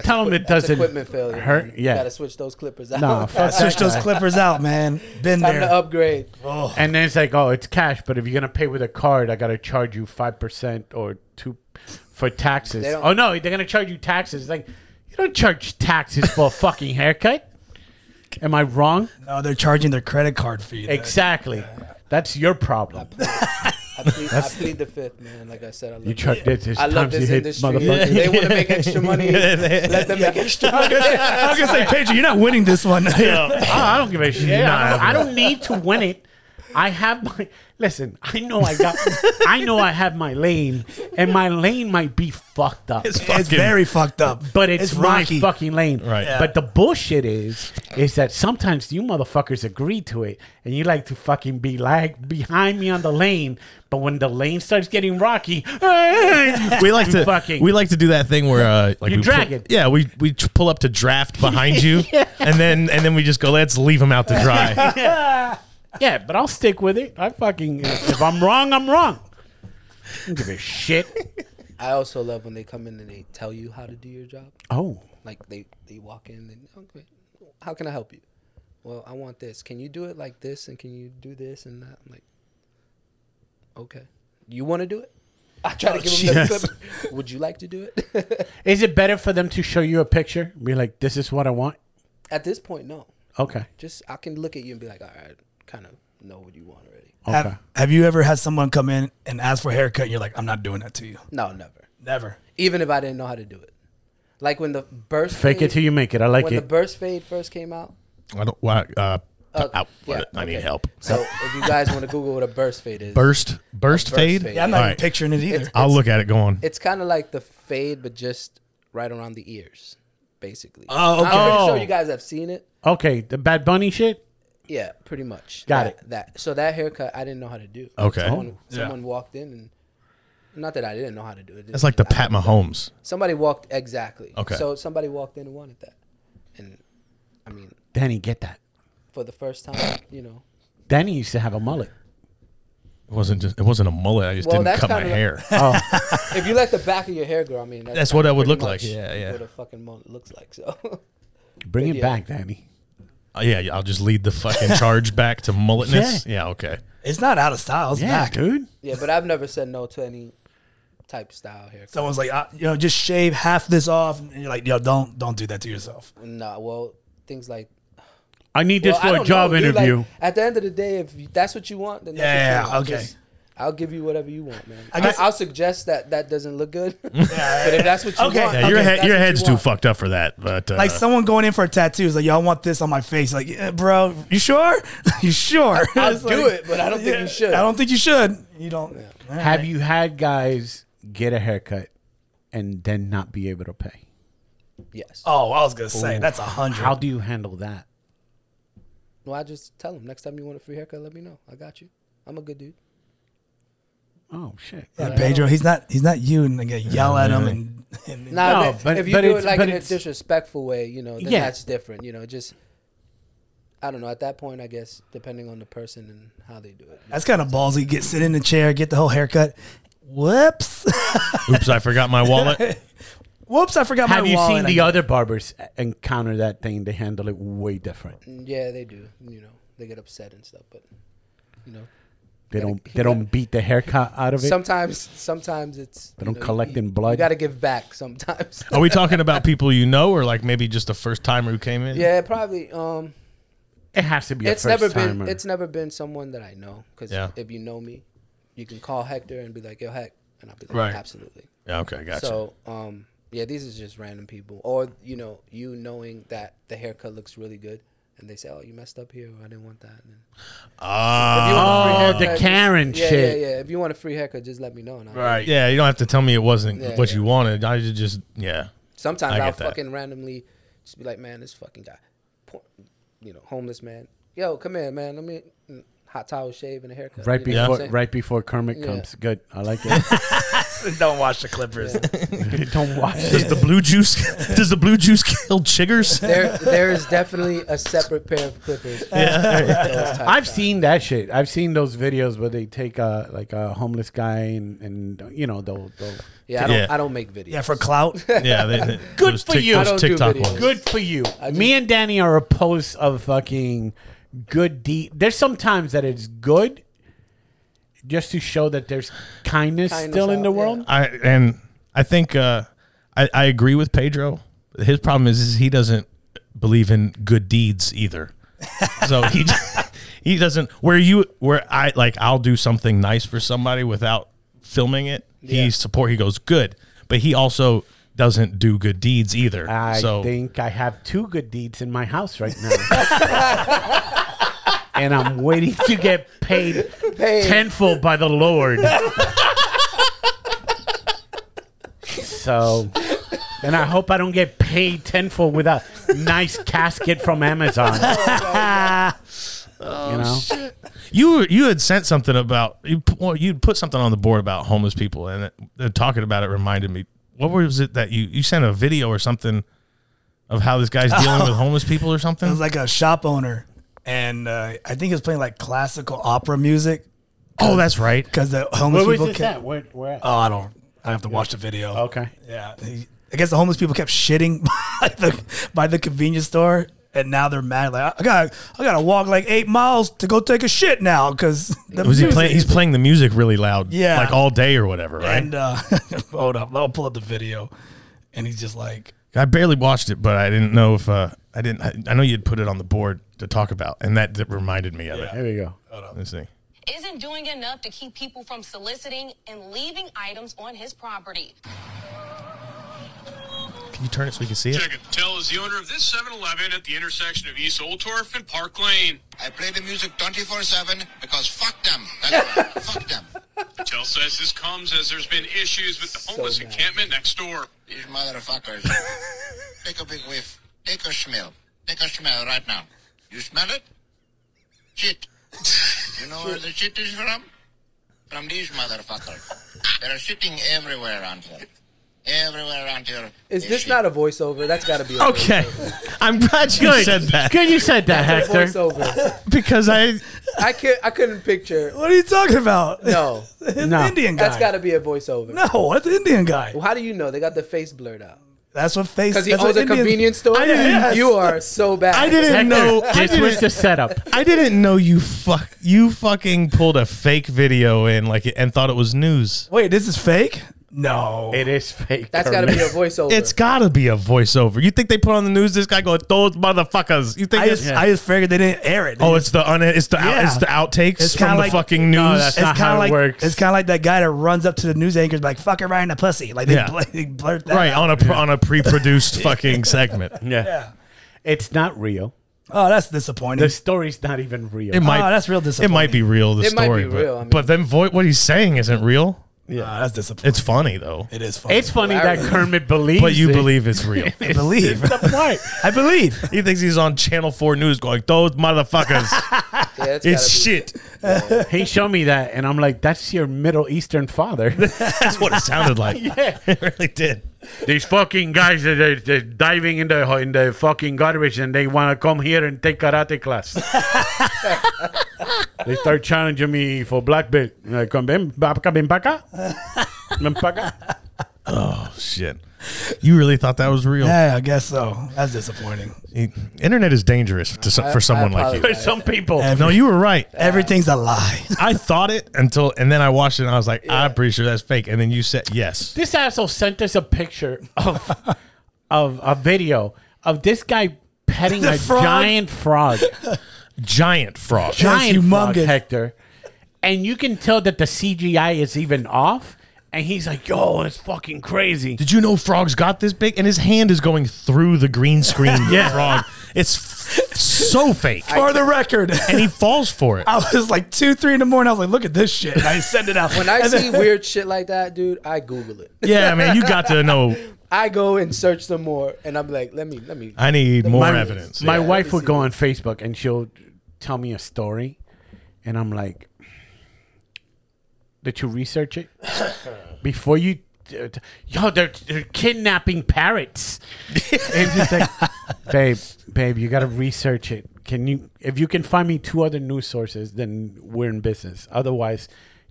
Tell him it That's doesn't equipment failure. hurt. You gotta Yeah, switch those clippers out. no, fuck switch that those guy. clippers out, man. Been Time to there. upgrade. And then it's like, oh, it's cash, but if you're gonna pay with a card, I gotta charge you five percent or two for taxes. They don't- Oh no, they're gonna charge you taxes. Like, you don't charge taxes for a fucking haircut. Am I wrong? No, they're charging their credit card fee. Exactly. That's your problem. I plead, I plead the fifth, man. Like I said, I love You charge this. it's I love times you this hit industry. motherfucker. They want to make extra money. Let them make extra money. I was gonna say, Pedro, you're not winning this one. Oh, I don't give a shit. I, don't, I don't need to win it. I have my listen. I know I got. I know I have my lane, and my lane might be fucked up. it's very fucked up. but it's, my rocky. fucking lane. Right. Yeah. But the bullshit is, is that sometimes you motherfuckers agree to it, and you like to fucking be like behind me on the lane. But when the lane starts getting rocky, We like to fucking- we like to do that thing where uh like You we drag pull- it. Yeah, we we tr- pull up to draft behind you, and then and then we just go let's leave him out to dry. yeah. But I'll stick with it. I fucking if I'm wrong, I'm wrong. I don't give a shit. I also love when they come in and they tell you how to do your job. Oh, Like they, they walk in and okay, how can I help you? Well, I want this. Can you do it like this? And can you do this and that? I'm like, okay. You want to do it? I try Oh, to give them the clip. Would you like to do it? is it better for them to show you a picture? Be like, this is what I want. at this point, no. Okay. Just I can look at you and be like, all right, kind of know what you want already. Okay. Have, have you ever had someone come in and ask for a haircut? And you're like, I'm not doing that to you. No, never. Never. even if I didn't know how to do it. Like when the burst Fake it till you make it. I like when the it. burst fade first came out. I don't. Why, uh, Uh, out, yeah, I need okay. help. So if you guys want to Google what a burst fade is, Burst, burst, burst fade. fade. Yeah, I'm not All even right. picturing it either. I'll look at it. Go on. it's kind of like the fade, but just right around the ears, basically. Oh, okay. I'm pretty Oh. sure you guys have seen it. Okay, the Bad Bunny shit. Yeah, pretty much. Got that, it. That so that haircut I didn't know how to do. Okay. Someone, Yeah. someone walked in and not that I didn't know how to do it. That's like the Pat Mahomes. somebody walked exactly. Okay. So somebody walked in and wanted that, and I mean, Danny, get that. for the first time, you know. Danny used to have a mullet. It wasn't just. It wasn't a mullet. I just Well, didn't that's cut my kinda- hair. Oh, if you let the back of your hair grow, I mean, That's what kinda it would pretty look like. much Yeah, yeah. What a fucking mullet looks like. So, bring it Yeah. back, Danny. Uh, yeah, yeah, I'll just lead the fucking charge back to mulletness. Yeah. okay. It's not out of style. It's Yeah, back. dude. yeah, but I've never said no to any type style haircut. Someone's like, uh, you know, just shave half this off, and you're like, yo, don't, don't do that to yourself. Nah, well, things like I need well, this I for a don't job know, dude, like, interview. at the end of the day, if you- that's what you want, then that's Yeah, what you want. okay. Just- I'll give you whatever you want, man. I I guess- will suggest that that doesn't look good, but if that's what you Okay. want, Yeah, your Okay, head, that's your what you head's too want. fucked up for that. But uh, Like Uh-huh. someone going in for a tattoo is like, y'all want this on my face? Like, yeah, bro, you sure? you sure? I'll It's do like, it, but I don't think yeah, you should. I don't think you should. You don't. Have you had guys get a haircut and then not be able to pay? Yes. Oh, I was gonna say that's a hundred. How do you handle that? No, I just tell them next time you want a free haircut, let me know. I got you. I'm a good dude. Oh shit. Yeah, Pedro, he's not he's not you and like yell at him and, and Nah, No, if, but- if you but do it's- it like but in a it's- disrespectful way, you know, then Yeah. that's different. You know, just I don't know. At that point, I guess depending on the person and how they do it. that's kind of ballsy. Get sit in the chair, get the whole haircut. Whoops, oops, I forgot my wallet. whoops, I forgot Have my you wallet. seen I the guess. other barbers encounter that thing? They handle it way different. Yeah, they do. You know, they get upset and stuff. But you know, They Gotta- don't. you They don't beat the haircut out of it. sometimes sometimes it's They you don't know, collect you- in blood. You got to give back sometimes. Are we talking about people you know, or like maybe just a first timer who came in? yeah, probably. Um, it has to be. A it's first never timer. been it's never been someone that I know because Yeah. if you know me, you can call Hector and be like, "Yo, Heck," and I'll be like, Right. "Absolutely." Yeah, okay, gotcha. So, um, yeah, these is just random people, or you know, you knowing that the haircut looks really good, and they say, "Oh, you messed up here. I didn't want that." And Ah, you want oh, the Karen yeah, shit. yeah, yeah. If you want a free haircut, just let me know. And I'll- yeah, you don't have to tell me it wasn't Yeah, what yeah. you wanted. I ju- just yeah. Sometimes I get I'll that. fucking randomly just be like, "Man, this fucking guy, po- you know, homeless man. Yo, come here, man. Let me mm, hot towel shave and a haircut." Right you know what before, I'm saying? right before Kermit Yeah. comes. Good, I like it. Don't watch the Clippers. Don't watch Does it. the blue juice? does the blue juice kill chiggers? There, there is definitely a separate pair of clippers. for those types I've of- seen that shit. I've seen those videos where they take a like a homeless guy and, and you know they'll, they'll Yeah, I don't, Yeah. I don't make videos. yeah, for clout. yeah, they, they, Good those for you. I Those don't do TikTok videos. ones. good for you. I Me just- and Danny are opposed of fucking good deed. There's sometimes that it's good just to show that there's kindness, Kindness still in out, the yeah. world. I and I think uh, I, I agree with Pedro. His problem is, is he doesn't believe in good deeds either. so he he doesn't where you where I like I'll do something nice for somebody without filming it. He support he goes good, but he also doesn't do good deeds either. I so think I have two good deeds in my house right now. and I'm waiting to get paid Hey, tenfold by the Lord. so, and I hope I don't get paid tenfold with a nice casket from Amazon. you know, you you had sent something about you pu- well, you put something on the board about homeless people and it, the talking about it reminded me what was it that you you sent a video or something of how this guy's dealing with homeless people or It something was like a shop owner, and uh, I think he was playing like classical opera music oh that's right because the homeless where was people this kept. at? Where, where at? Oh, I don't. I have to watch the video. okay. Yeah. he- I guess the homeless people kept shitting by the, by the convenience store, and now they're mad. Like I got, I got to walk like eight miles to go take a shit now because was he playing he's playing the music really loud Yeah. like all day or whatever right And uh, hold up, I'll pull up the video, and he's just like, I barely watched it but I didn't know if uh I didn't I, I know you'd put it on the board to talk about and that, that reminded me of There we it go. let's see isn't doing enough to keep people from soliciting and leaving items on his property. Can you turn it so we can see it? Second, Tell is the owner of this 7 Eleven at the intersection of East Old Torf and Park Lane. I play the music 24-7 because fuck them. That's right. fuck them. Tell says this comes as there's been issues with the homeless bad. encampment next door. These motherfuckers. Take a big whiff. Take a smell. Take a smell right now. You smell it? Shit. You know where the shit is from? From these motherfuckers. They're shitting everywhere around here. Everywhere around here. Is they this shit. not a voiceover? That's got to be a Okay. I'm glad you said that Good, you said that, voiceover. Hector. voiceover. because I I can't. I couldn't picture. What are you talking about? No, It's an No. Indian guy. that's got to be a voiceover. no, that's an Indian guy. Well, How do you know they got the face blurred out? That's what face. Because he that's owns what a Indian- convenience store. I didn't- Yes. You are so bad. I didn't Hector, know I this was didn't, the setup. I didn't know you fuck you fucking pulled a fake video in like and thought it was news. Wait, this is fake? No. It is fake. That's got to be a voiceover. It's gotta be a voiceover. You think they put on the news? This guy going those motherfuckers. You think? I it's, just, I just figured they didn't air it. oh, it's the un, it's the out, Yeah. it's the outtakes It's from kinda the like- fucking news. No, that's it's not kind how of it like works. it's kind of like that guy that runs up to the news anchors like fuck her right in the pussy. Like they, Yeah. blur- they blurt that. right out. on a pr- on a pre-produced fucking segment. yeah. It's not real. Oh, that's disappointing. The story's not even real. It might. oh, that's real it disappointing. might be real. The It might be story, but, real, I mean- but then vo- what he's saying isn't real. Yeah, Oh, that's disappointing. It's funny though, It is funny. it's funny that Kermit believes but you it. believe it's real. I believe. I believe. he thinks he's on Channel Four News going those motherfuckers. yeah, it's, it's gotta be- shit. He showed me that, and I'm like, that's your Middle Eastern father. That's what it sounded like. yeah. It really did. These fucking guys, they- they, they're diving in the, in the fucking garbage and they want to come here and take karate class. they start challenging me for black belt. And I come, ven, pa' acá, ven pa' acá. Ven pa' acá." Shit. You really thought that was real? Yeah, I guess so. That's disappointing. Internet is dangerous to some, for someone like For you. apologize. some people. No, you were right. Everything's a lie. I thought it until, and then I watched it and I was like, I'm pretty sure that's fake. And then you said, yes. This asshole sent us a picture of, of a video of this guy petting The a frog. giant frog. Giant frog. giant frog, humongous. Hector, and you can tell that the CGI is even off. And he's like, "Yo, it's fucking crazy." Did you know frogs got this big? And his hand is going through the green screen. yeah. Frog. It's f- so fake. For the record, and he falls for it. I was like two, three in the morning. I was like, look at this shit. And I sent it out. When I see weird shit like that, dude, I Google it. yeah, man, you got to know. I go and search some more, and I'm like, let me, let me. I need more my, evidence. My Yeah. wife would go on Facebook and she'll tell me a story, and I'm like, "Did you research it before you?" uh, t- Yo, they're, they're kidnapping parrots. and she's like, babe, babe, you gotta research it. Can you, if you can find me two other news sources, then we're in business. Otherwise,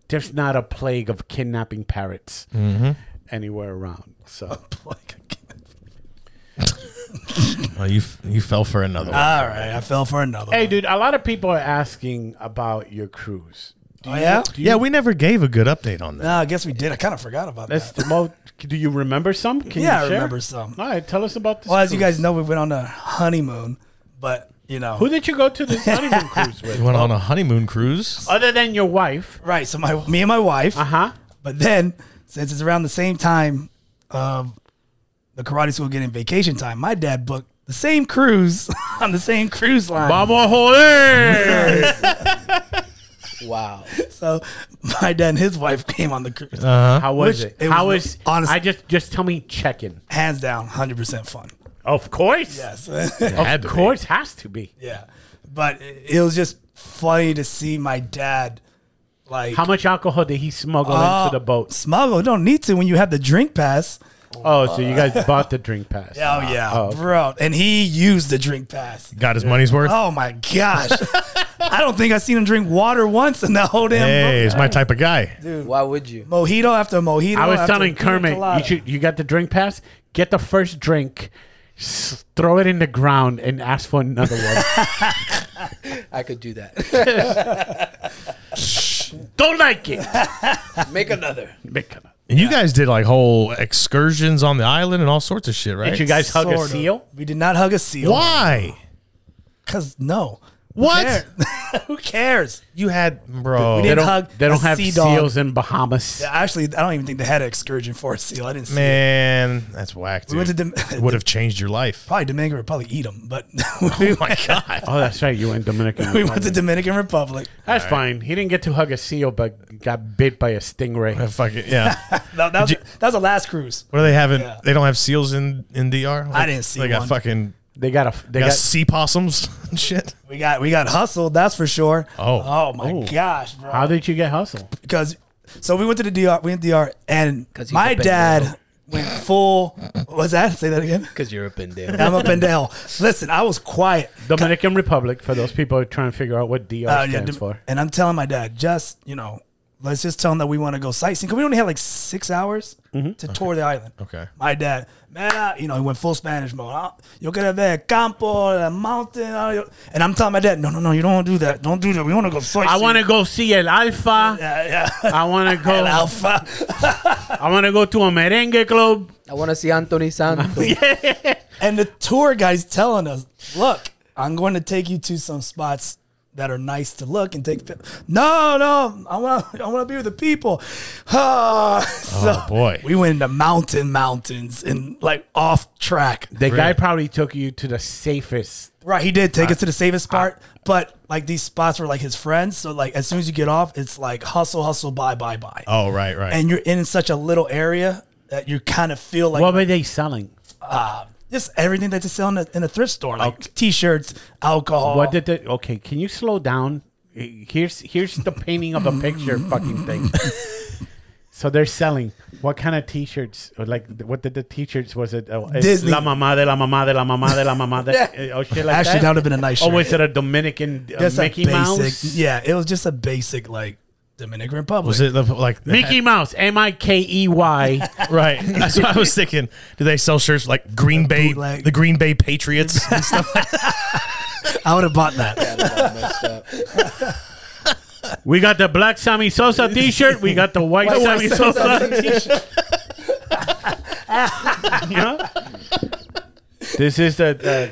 there's not a plague of kidnapping parrots Mm-hmm. anywhere around. So Oh, you, f- you fell for another one. All right, I fell for another. Hey, one. dude, a lot of people are asking about your cruise. Oh, yeah. yeah, we never gave a good update on that. No, I guess we did. I kind of forgot about That's that. the most. Do you remember some? Can Yeah, you I share? remember some. All right, tell us about this. Well, as you cruise. guys know, we went on a honeymoon, but you know, who did you go to this honeymoon cruise with? We went on a honeymoon cruise. Other than your wife, right? So my, me and my wife. uh huh? But then, since it's around the same time of the karate school getting vacation time, my dad booked the same cruise on the same cruise line. Vamos joder! Wow. So my dad and his wife came on the cruise. How was Which- it? it How was- was? honest- I just just tell me check in. Hands down, hundred percent fun. Of course, Yes. of course, has to be. yeah. But uh, it, it was just funny to see my dad like How much alcohol did he smuggle Uh, into the boat? smuggle. Don't need to when you have the drink pass. Oh, so you guys bought the drink pass? Oh yeah, bro. And he used the drink pass. Got his money's worth. Oh my gosh. I don't think I've seen him drink water once in the whole damn Hey, he's my type of guy. Why would you? mo- mojito after mojito. I was after telling pina Kermit, colada. you should, you got the drink pass. Get the first drink, s- throw it in the ground, and ask for another one. I could do that. Don't like it. Make another. Big kind of- And you guys did like whole excursions on the island and all sorts of shit, right? Did you guys hug Sort a of. seal? We did not hug a seal. Why? Because no. What? Who cares? cares? You had, bro. We They didn't- don't, hug they don't a have sea dog. seals in Bahamas. Actually, I don't even think they had an excursion for a seal. I didn't see it. Man, that's whack, dude. We went to Dom- it would have changed your life. Probably Dominican Republic eat them, but Oh my god. Oh, that's right. You went Dominican. we went to Republic. Dominican Republic. That's fine. He didn't get to hug a seal, but got bit by a stingray. Uh, Fuck it. Yeah. That, that, was, Did that was the last cruise. What are they having? Yeah. They don't have seals in in DR. Like, didn't see They got one. fucking They got a. They got, got. sea possums and shit. We got we got hustled, that's for sure. Oh. oh my Oh. gosh, bro! How did you get hustled? because so we went to the DR, we went to DR, and 'Cause he's my a big dad girl. went full. What's that? Say that again. Because you're up in there. I'm up and down. Listen, I was quiet. Dominican Republic. For those people who are trying to figure out what DR Uh, yeah, stands d- for. And I'm telling my dad, just you know, let's just tell him that we want to go sightseeing because we only had like six hours to tour the island. Okay. My dad, man, I, you know, he went full Spanish mode. "Ah, Yo quiero ver campo, la mountain, ah, yo-" and I'm telling my dad, no, no, no, you don't want to do that. Don't do that. We want to go sightseeing. I want to go see El Alfa. Yeah, yeah. I want to go. Alpha. I want to go to a merengue club. I want to see Anthony Santos. And the tour guide's telling us, look, I'm going to take you to some spots that are nice to look and take. pic-" No, no, I want to, I want to be with the people. Ah, so boy. we went into mountain mountains and like off track. The guy probably took you to the safest. Right, he did take us to the safest part, but like these spots were like his friends. So like as soon as you get off, it's like hustle, hustle, bye, bye, bye, Oh right, right. and you're in such a little area that you kind of feel like What were they selling? just everything that they sell in a, in a thrift store, like t-shirts, alcohol. What did they? Okay, can you slow down? Here's here's the painting of the picture. Fucking thing. So they're selling what kind of T-shirts? Or like, what did the T-shirts? Was it oh, it's Disney. La mamá de la mamá de la mamá de la mamá de oh shit like Actually, that? that would've been a nice Oh, shirt. was it a Dominican uh, Just Mickey a basic, Mouse? yeah. It was just a basic like Dominican Republic. was it the- like Mickey Mouse, M I K E Y. Right. That's what I was thinking. Do they sell shirts like Green Bay, bootleg. the Green Bay Patriots and stuff? I would have bought that. We got the black Sammy Sosa T-shirt. We got the white Sammy Sosa T-shirt. you know? This is the, the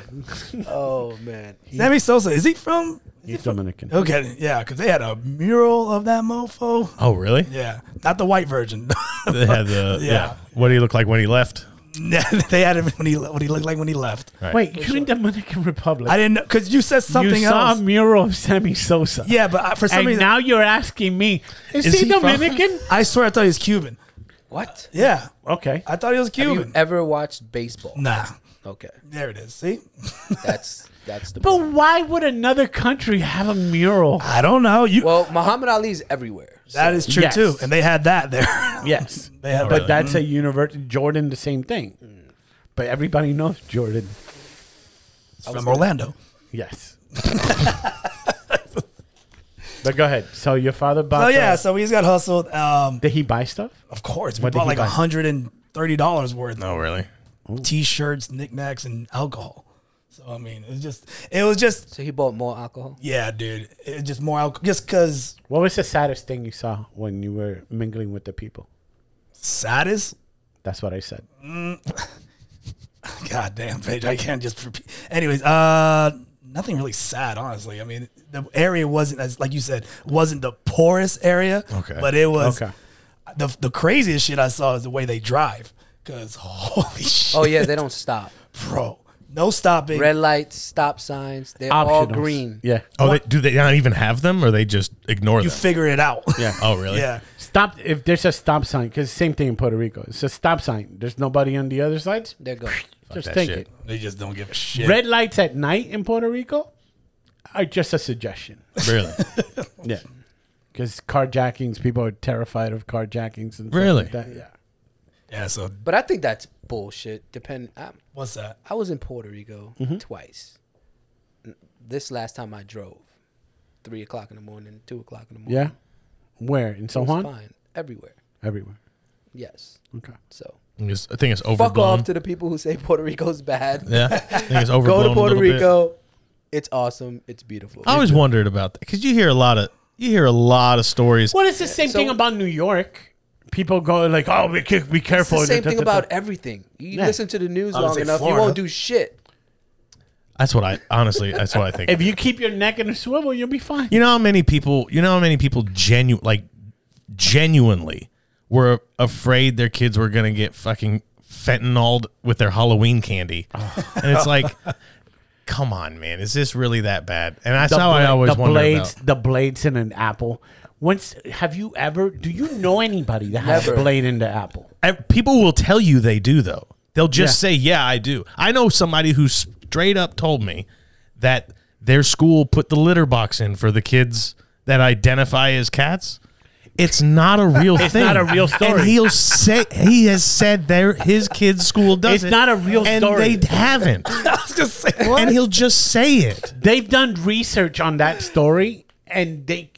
oh, man. Sammy Sosa is he from? he's Dominican. Okay, yeah, because they had a mural of that mofo. Oh, really? Yeah, not the white version. They had the yeah. Yeah. What did he look like when he left? they had him when he le- what he looked like when he left. Wait, you're in Dominican Republic. I didn't know because you said something you saw else. a mural of Sammy Sosa. Yeah, but I, for some and reason, now you're asking me, is, Is he, he from- Dominican? I swear I thought he was Cuban. What? Yeah, okay. I thought he was Have Cuban. you ever watched baseball? nah, Okay. there it is. See, That's that's the But why would another country have a mural? I don't know. You Well, Muhammad Ali's everywhere. So that is true Yes. too, and they had that there. Yes. Mm. they had But that. that's a universal. Jordan, the same thing. But everybody knows Jordan. from Orlando. Yes. but go ahead. So your father bought. Oh yeah, the- so we just got hustled. Um, Did he buy stuff? of course, we What did bought he like buy? hundred and thirty dollars worth Oh, really? of t-shirts, knickknacks, and alcohol. So I mean, it was just, it was just, so he bought more alcohol. yeah, dude, it was just more alcohol. Just cause What was the saddest thing you saw when you were mingling with the people? saddest. That's what I said. God damn, Paige, I can't just. Repeat. Anyways, uh, nothing really sad, honestly. I mean, the area wasn't as like you said, wasn't the poorest area. Okay. but it was. Okay. The the craziest shit I saw is the way they drive. Cause holy shit, Oh yeah, they don't stop. bro, no stopping. Red lights, stop signs, they're all Optional. green. Yeah. Oh, they, do they not even have them, or they just ignore you them? figure it out. Yeah. oh, really? yeah. Stop if there's a stop sign because same thing in Puerto Rico. It's a stop sign. There's nobody on the other side. They're gone. Just that think shit. it. They just don't give a shit. Red lights at night in Puerto Rico are just a suggestion. Really? Yeah. Because carjackings, people are terrified of carjackings and stuff Really? like that. Yeah. Yeah, so But I think that's bullshit. Depend. I, what's that? I was in Puerto Rico twice. This last time I drove, three o'clock in the morning, two o'clock in the morning. Yeah. Where in it San Juan? was fine everywhere. Everywhere. Yes. Okay. So It's- I think it's fuck overblown. off to the people who say Puerto Rico's bad. yeah, I think it's overblown. Go a to Puerto little bit. Rico. It's awesome. It's beautiful. I always wondered about that because you hear a lot of you hear a lot of stories. Well, it's the same so- thing about New York. People go like, "Oh, be, ca- be it's the careful." same Da- thing da- da- about da. everything. You Yeah. listen to the news would long say enough, you Florida. won't do shit. That's what I honestly. That's what I think. If you keep your neck in a swivel, you'll be fine. You know how many people? You know how many people genu like genuinely were afraid their kids were gonna get fucking fentanyled with their Halloween candy, and it's like, come on, man, is this really that bad? And that's how I bla- always the wonder blades, about. the blades in an apple. Once, have you ever? Do you know anybody that has a Never. blade in the apple? I- people will tell you they do though. They'll just Yeah. say, "Yeah, I do." I know somebody who straight up told me that their school put the litter box in for the kids that identify as cats. It's not a real It's thing. not a real And story. he'll say he has said their his kids' school does It's it, not a real and story. they haven't. I was gonna say what? And he'll just say it. They've done research on that story, and they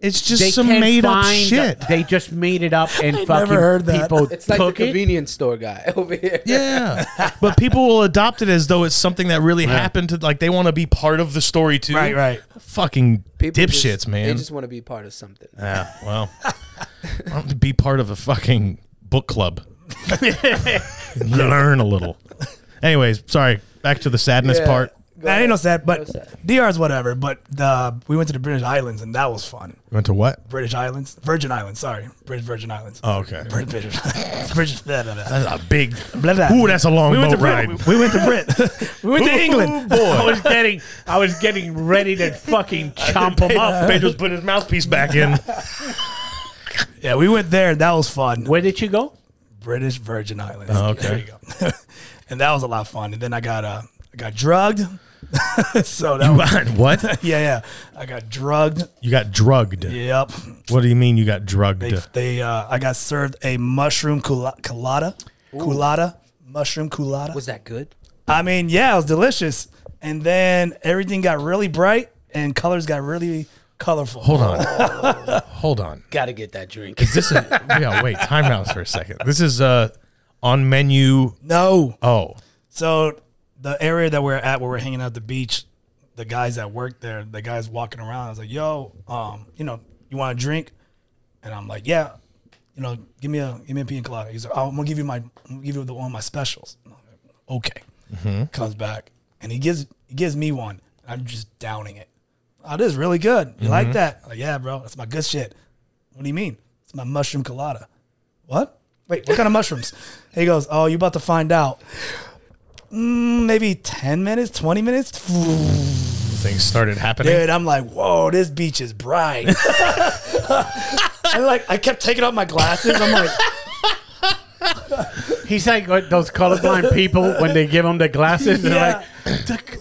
It's just they some can't made up find- shit. They just made it up, and never fucking heard that. people It's like the took it. convenience store guy over here. Yeah. but people will adopt it as though it's something that really happened to like they want to be part of the story too. Right, right. Fucking People dipshits, just- man. They just want to be part of something. yeah, well. want to be part of a fucking book club. Learn a little. Anyways, sorry. Back to the sadness Yeah. part. Go I ahead. ain't no No sad, but sad. DR's whatever. But uh, we went to the British Islands and that was fun. We went to what? British Islands, Virgin Islands, sorry, British Virgin Islands. Oh, okay. British, British, British blah, blah, blah. That's a big. Blah, blah. Ooh, that's a long we went boat to ride. Brit. We went to Brit. we went to England. Oh, Boy. I was getting, I was getting ready to fucking chomp them up. Pedro's putting his mouthpiece back in. Yeah, we went there. and That was fun. Where did you go? British Virgin Islands. Uh-huh. Oh, okay. There you go. and that was a lot of fun. And then I got uh, I got drugged. so that was, what? yeah, yeah. I got drugged. You got drugged. Yep. What do you mean you got drugged? They, they uh, I got served a mushroom cula- colada, colada, mushroom colada. Was that good? I mean, yeah, it was delicious. And then everything got really bright and colors got really colorful. Hold on. Hold on. Gotta get that drink. Is this a yeah, wait, time out for a second. This is uh on menu No. oh. So the area that we're at, where we're hanging out at the beach, the guys that work there, the guys walking around, I was like, "Yo, um, you know, you want a drink?" And I'm like, "Yeah, you know, give me a give me a pina colada." He's like, oh, "I'm gonna give you my I'm gonna give you the one of my specials." And I'm like, okay, comes back and he gives he gives me one. I'm just downing it. Oh, this is really good. You like that? I'm like, yeah, bro, that's my good shit. What do you mean? It's my mushroom colada. What? Wait, what kind of mushrooms? He goes, oh, you about to find out maybe 10 minutes, 20 minutes. Things started happening. Dude, I'm like, whoa, this beach is bright. and like, I kept taking off my glasses. I'm like, He's like what those colorblind people when they give them the glasses. They're Yeah. like,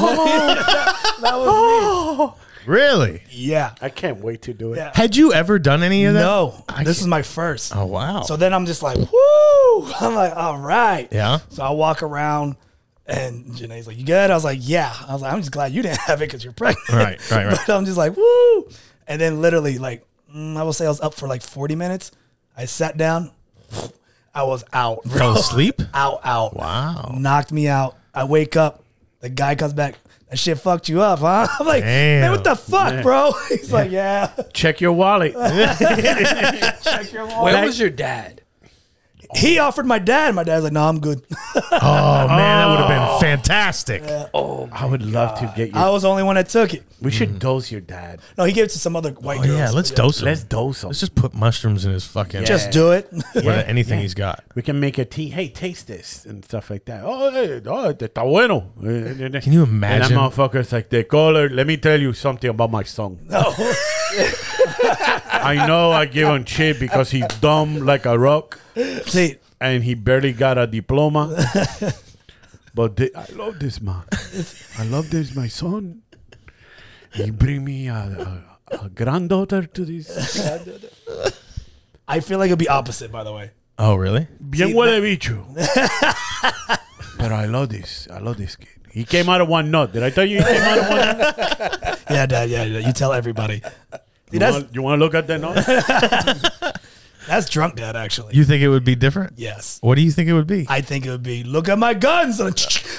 that was me. Really? Yeah. I can't wait to do it. Yeah. Had you ever done any of that? No, I this can't- is my first. Oh wow. So then I'm just like, woo. I'm like, all right. yeah. So I walk around and Janae's like, you good? I was like, yeah. I was like, I'm just glad you didn't have it because you're pregnant. Right, right, right. but I'm just like, woo. And then literally, like, mm, I will say I was up for like 40 minutes. I sat down. I was out. bro. Fell asleep? Out, out. Wow. Knocked me out. I wake up. The guy comes back. That shit fucked you up, huh? I'm like, man, what the Damn. fuck, bro? He's like, yeah. Check your wallet. Where Like- was your dad? He offered my dad. My dad's like, no, I'm good. Oh man, that would have been fantastic. I would love to get I you. was the only one that took it. We Mm. should dose your dad. No, he gave it to some other white Oh girl. yeah, let's dose him. Let's Let's, dose him. just put mushrooms in his fucking just do it. whatever- anything he's got. We can make a tea. Hey, taste this and stuff like that. Oh, hey, oh está bueno. Can you And that imagine? motherfucker's like the color. Let me tell you something about my son. No. I know I give him shit because he's dumb like a rock See, and he barely got a diploma. but thi- I love this man. I love this my son. You bring me a, a, a granddaughter to this. I feel like it'd be opposite, by the way. oh really? Bien huele bicho. But I love this. I love this kid. He came out of one nut. Did I tell you he came out of one nut? Yeah, Dad. Yeah, yeah. You tell everybody. See, You that's wanna- You want to look at that nut? that's drunk, Dad. Actually, You think it would be different? yes. What do you think it would be? I think it would be. Look at my guns. oh,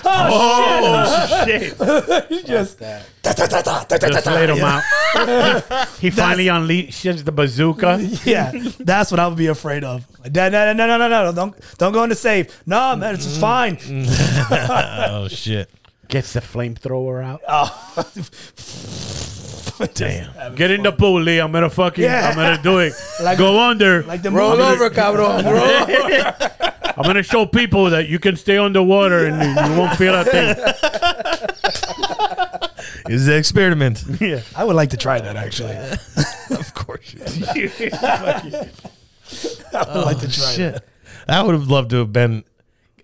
oh, shit. shit! Just That. da, da, da, da, da, da, Just da. laid him yeah. out. He, he finally unleashes the bazooka. Yeah, that's what I would be afraid of. Like, Dad, no, no, no, no, no, no, don't, don't go in the safe. No, man, it's fine. oh shit. Gets the flamethrower out. Oh. Damn. Get in the pool, Lee. I'm gonna fucking. Yeah. I'm gonna do it. Like- Go under. Like the Roll movie- over, cabrón. Roll I'm gonna show people that you can stay underwater and you, you won't feel a thing. It's an experiment. Yeah. I would like to try that actually. of course. I would like to try that. Shit. I would have loved to have been.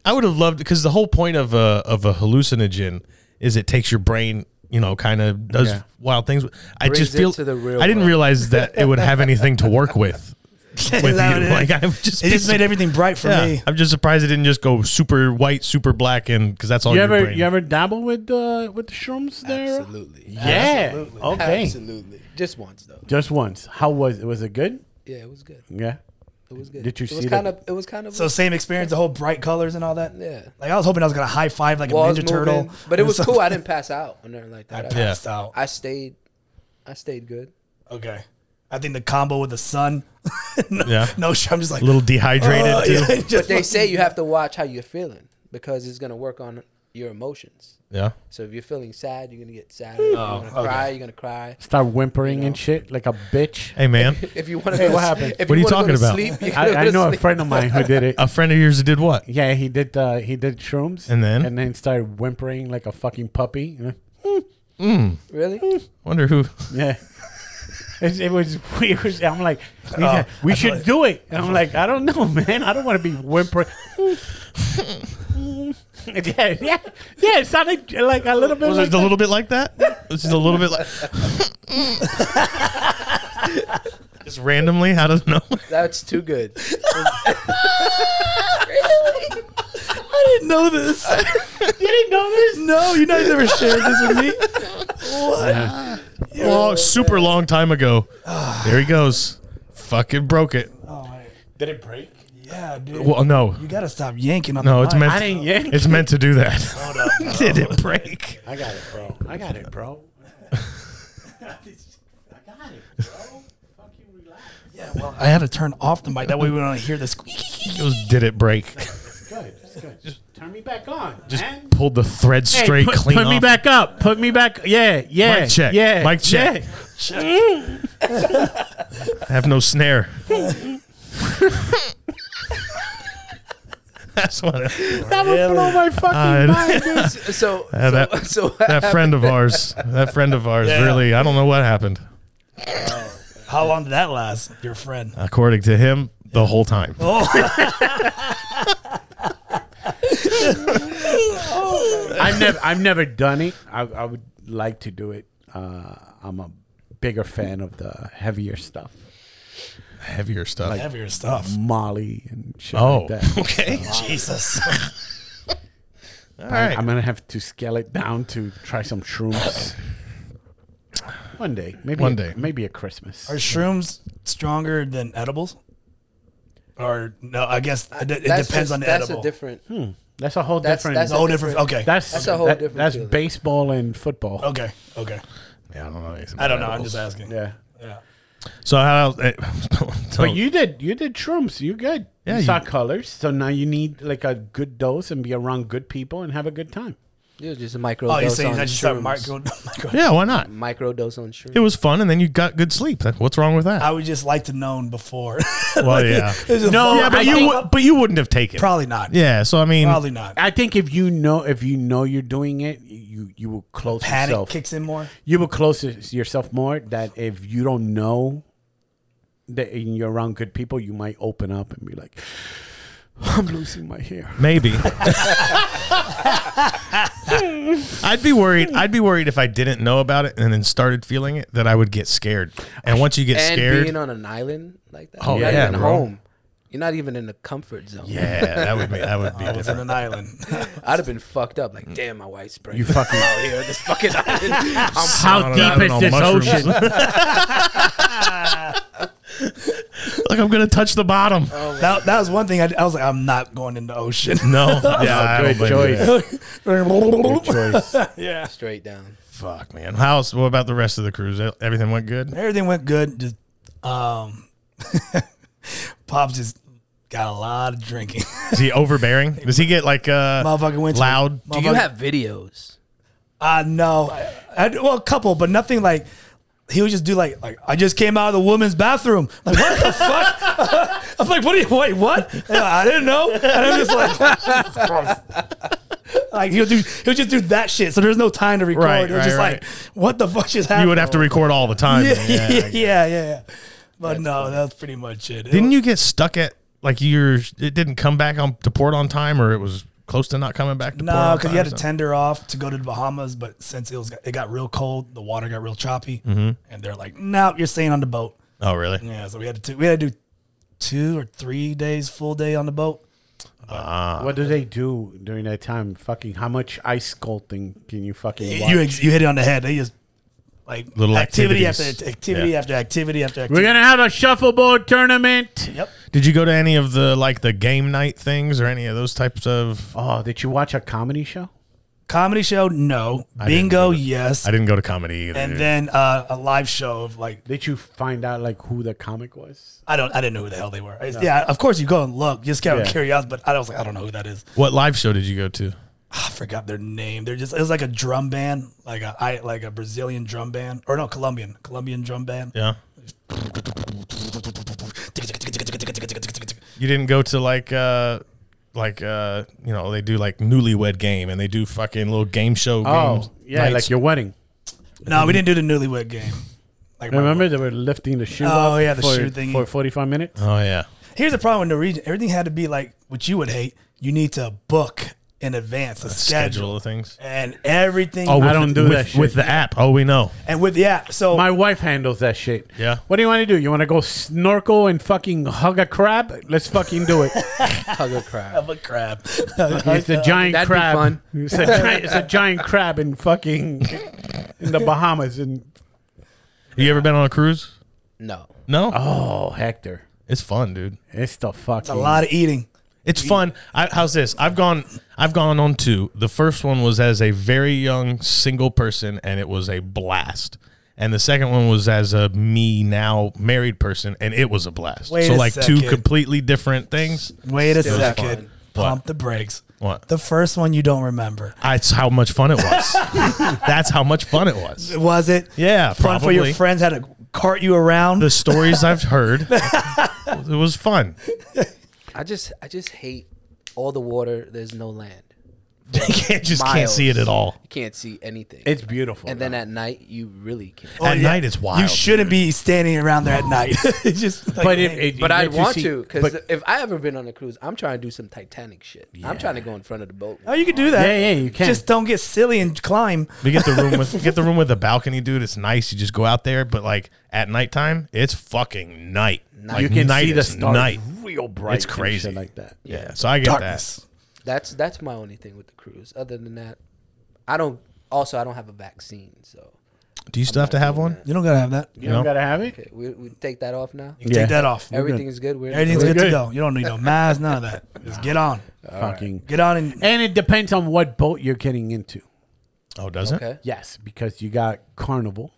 I would have loved because the whole point of a of a hallucinogen is it takes your brain, you know, kind of does Yeah. wild things. I Brings just it feel to the real I didn't world. realize that it would have anything to work with with you. Is that what it Like is? I've just it just been- made everything bright for yeah, me. I'm just surprised it didn't just go super white, super black, and because that's all You your ever brain. you ever dabble with uh, with the shrooms there? Absolutely. Yeah. Okay. Absolutely. Just once though. Just once. How was it? Was it good? Yeah, it was good. Yeah. It was good. Did you it was see kind that- of it was kind of So same experience, the whole bright colors and all that. Yeah. Like I was hoping I was gonna high five like walls a Ninja moving, Turtle. But it was So- cool. I didn't pass out or nothing like I that. I, passed out. I stayed I stayed good. okay. I think the combo with the sun. no, Yeah. No, sh- I'm just like a little dehydrated "Oh," too? yeah, just But they like- say you have to watch how you're feeling because it's gonna work on your emotions. Yeah. So if you're feeling sad, you're gonna get sad. If you're Oh, gonna cry, you're gonna cry. Start whimpering and shit like a bitch. Hey man, If you want to, Hey, what happened? If What are you wanna go talking to about? Sleep, you gotta go I, I to know a sleep. friend of mine who did it. a friend of yours did what? Yeah, he did. Uh, he did shrooms, And then? and then started whimpering like a fucking puppy. Really? Wonder who. Yeah, it, it was weird. I'm like, he's Oh, like, we should do it. And I'm like, I don't know, man. I don't want to be whimpering. yeah, yeah, yeah. It sounded like a little bit. Was like it a little bit like that? It's just a little bit like. just randomly out of nowhere. That's too good. I didn't know this. You didn't know this? no, you guys never shared this with me. Oh, super long time ago. there he goes. Fucking broke it. Did it break? Yeah, dude. Well, no, you gotta stop yanking on no, the it's mic. meant. I didn't yank. It's meant to do that. Did it break? I got it, bro. I got it, bro. Yeah, well, I had to turn off the mic. That way we don't hear this. It was. Did it break? Good. It's good. Just turn me back on, Just man. pulled the thread Hey, straight put, clean. put me off. back up. Put me back. Yeah, yeah. Mic check. Yeah. Mic check. yeah. I have no snare. That's what. That would blow my fucking God. mind. dude. So, Uh, that, so that friend of ours. That friend of ours. Really, I don't know what happened. How long did that last, your friend? According to him, the whole time. Oh. I've never, I've never done it. I, I would like to do it. Uh, I'm a bigger fan of the heavier stuff, Heavier stuff. Heavier stuff. Molly and shit oh, like that. okay. Jesus. All right. I'm gonna have to scale it down to try some shrooms. One day, maybe One a- day. maybe a Christmas. Are shrooms stronger than edibles? Or no, I guess it, it that's depends just- on the that's edible. a different. That's a whole That's different. that's That's a whole different- okay. that's, that's a whole that- different That's feeling. baseball and football. okay, okay. yeah, I don't know. anything I don't know. about I'm edibles. just asking. Yeah, So how? eh, so- but you did you did shrooms. You good. Yeah, you saw you- colors, so now you need like a good dose and be around good people and have a good time. It was just a micro. Oh, you're dose saying on I just start shrooms. micro, micro. Yeah, why not? micro dose on shrooms. It was fun, and then you got good sleep. That- What's wrong with that? I would just like to known before. well, yeah. no, yeah, but I you think- would, but you wouldn't have taken. it. probably not. Yeah, so I mean, Probably not. I think if you know if you know you're doing it, you you will close Panic yourself. kicks in more. You will close it- yourself more. That if you don't know that and you're around good people, you might open up and be like, "I'm losing my hair." maybe. I'd be worried. I'd be worried if I didn't know about it and then started feeling it that I would get scared. And once you get and scared, being on an island like that. Oh, you're not yeah, even bro. home. You're not even in the comfort zone. yeah, that would be that would be It's on different. an island. I'd have been fucked up. Like, damn, my wife's spring. You fucking. out here, this fucking island. I'm I How don't know, I deep don't is know, this mushrooms. ocean? Like I'm gonna touch the bottom. Uh, that, that was one thing. I, I was like, I'm not going in the ocean. No, yeah, I Good don't blame you. choice. Good Everything choice. straight down. Fuck, man. How's what about the rest of the cruise? Everything went good. went good. Just um, pops just got a lot of drinking. Is he overbearing? Does he get like uh, Motherfucker went to- loud? Do you have videos? Uh, no, I, I, well, a couple, but nothing like he would just do like like I just came out of the woman's bathroom. Like what the fuck? I'm like, what? Do you, wait, what? And I didn't know. And I'm just like, Jesus Christ. like he'll do he'll just do that shit. So there's no time to record. Right, It was right, just right. like, what the fuck just happened? You would have to record all the time. Yeah, though. Yeah, I yeah, yeah, get it. yeah. yeah. But no, that's pretty much it. Didn't you get stuck at like your? It didn't come back on to port on time, or it was close to not coming back to port. No, on because time you had or to something? tender off to go to the Bahamas, but since it was it got real cold, the water got real choppy, Mm-hmm. and they're like, "No, you're staying on the boat." Oh, really? Yeah, so we had to we had to do two or three days full day on the boat. What do they do during that time? Fucking how much ice sculpting can you fucking watch? You ex- you hit it on the head. They just like Little activity activities. after activity Yeah. after activity after activity. We're gonna have a shuffleboard tournament. yep. Did you go to any of the like the game night things or any of those types of? Oh, did you watch a comedy show? Comedy show, no. didn't Bingo, do it. yes. I didn't go to comedy either. and dude. then uh, a live show of like Did you find out like who the comic was? I don't I didn't know who the hell they were. I- Yeah, of course you go and look just kind of Yeah. curious, but I was like I don't know who that is. what live show did you go to? I forgot their name. They're just it was like a drum band, like a I like a Brazilian drum band or no Colombian Colombian drum band. Yeah. You didn't go to like uh like uh you know they do like newlywed game and they do fucking little game show games. Oh, yeah, like your wedding. No, we didn't do the Newlywed Game. Like my- Remember they were lifting the shoe. Oh, up yeah, the for, shoe thingy. for forty-five minutes. Oh yeah. Here's the problem with Norwegian. Everything had to be like what you would hate. You need to book in advance a Schedule, schedule. of things. and everything. I Oh, with don't the- do with, that shit. with the app. Oh, we know. and with yeah, so My wife handles that shit. Yeah. What do you want to do? You want to go snorkel and fucking hug a crab? Let's fucking do it. Hug a crab. I'm a crab. It's a giant that'd be crab. fun. It's a giant, it's a giant crab in fucking in the Bahamas. And You ever been on a cruise? No. No. Uh-huh. oh, Hector, It's fun, dude. it's the fucking a lot of eating. It's fun. I, how's this? I've gone. I've gone on two. The first one was as a very young single person, and it was a blast. And the second one was as a me now married person, and it was a blast. Wait so a like two second. completely different things. Wait a Still second. fun. Pump the brakes. What? The first one you don't remember. I- It's how much fun it was. That's how much fun it was. Was it? Yeah, Fun for probably. your friends had to cart you around. The stories I've heard, it was fun. I just I just hate all the water. There's no land. You can't, just can't see it Miles. at all. You can't see anything. It's beautiful. and then though. at night you really can't. Oh, at yeah. night, it's wild. you shouldn't be standing around there at night. it's just like, but it, it- But it lets I'd you want see- to because but- if I ever been on a cruise, I'm trying to do some Titanic shit. I'm trying to go in front of the boat. oh, you can do that. Yeah, yeah, you can. Just don't get silly and climb. We get the room with get the room with the balcony, dude. It's nice. You just go out there, but like at nighttime, it's fucking night. Like you can night see the is stars night. real bright. It's and crazy. shit like that. Yeah, so I get Darkness. That's that's my only thing with the cruise. Other than that, I don't. Also, I don't have a vaccine, so that. Do you still have to have one? You don't gotta have that. You don't know? gotta have it. okay, we we take that off now. You can Yeah. Take that off. Everything is good. We're Everything's We're good, good. to go. You don't need no mask, none of that. Just get on. fucking. Get on and And it depends on what boat you're getting into. Oh, does not okay. Yes, because you got Carnival,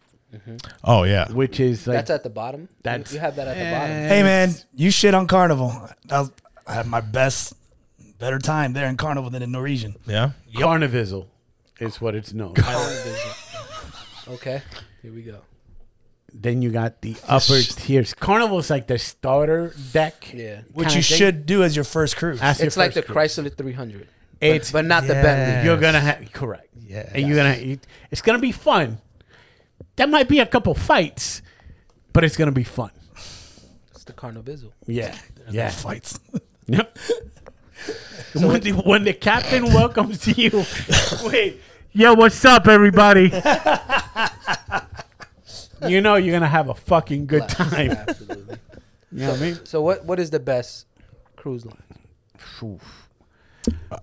Oh yeah. which is like eh, That's at the bottom. You- That's- you, have that at the bottom. hey man, you shit on Carnival. I, was, I had my best, better time there in Carnival than in Norwegian. Yeah. Carnival is what it's known. Okay, here we go. then you got the upper tiers. Carnival's like the starter deck. Yeah. Which Which kinda you thing. should do as your first cruise. That's your It's like the first group. Chrysler 300, but- It's- but, not the Bentley. You're gonna have correct. Yeah, and you're gonna. It, it's gonna be fun. That might be a couple fights, but it's gonna be fun. It's the Carnival. Yeah, yeah. Fights. Yep. when, the, when the captain welcomes you, wait, yo, what's up, everybody? you know you're gonna have a fucking good time. Absolutely. You know what I mean? So what what is the best cruise line?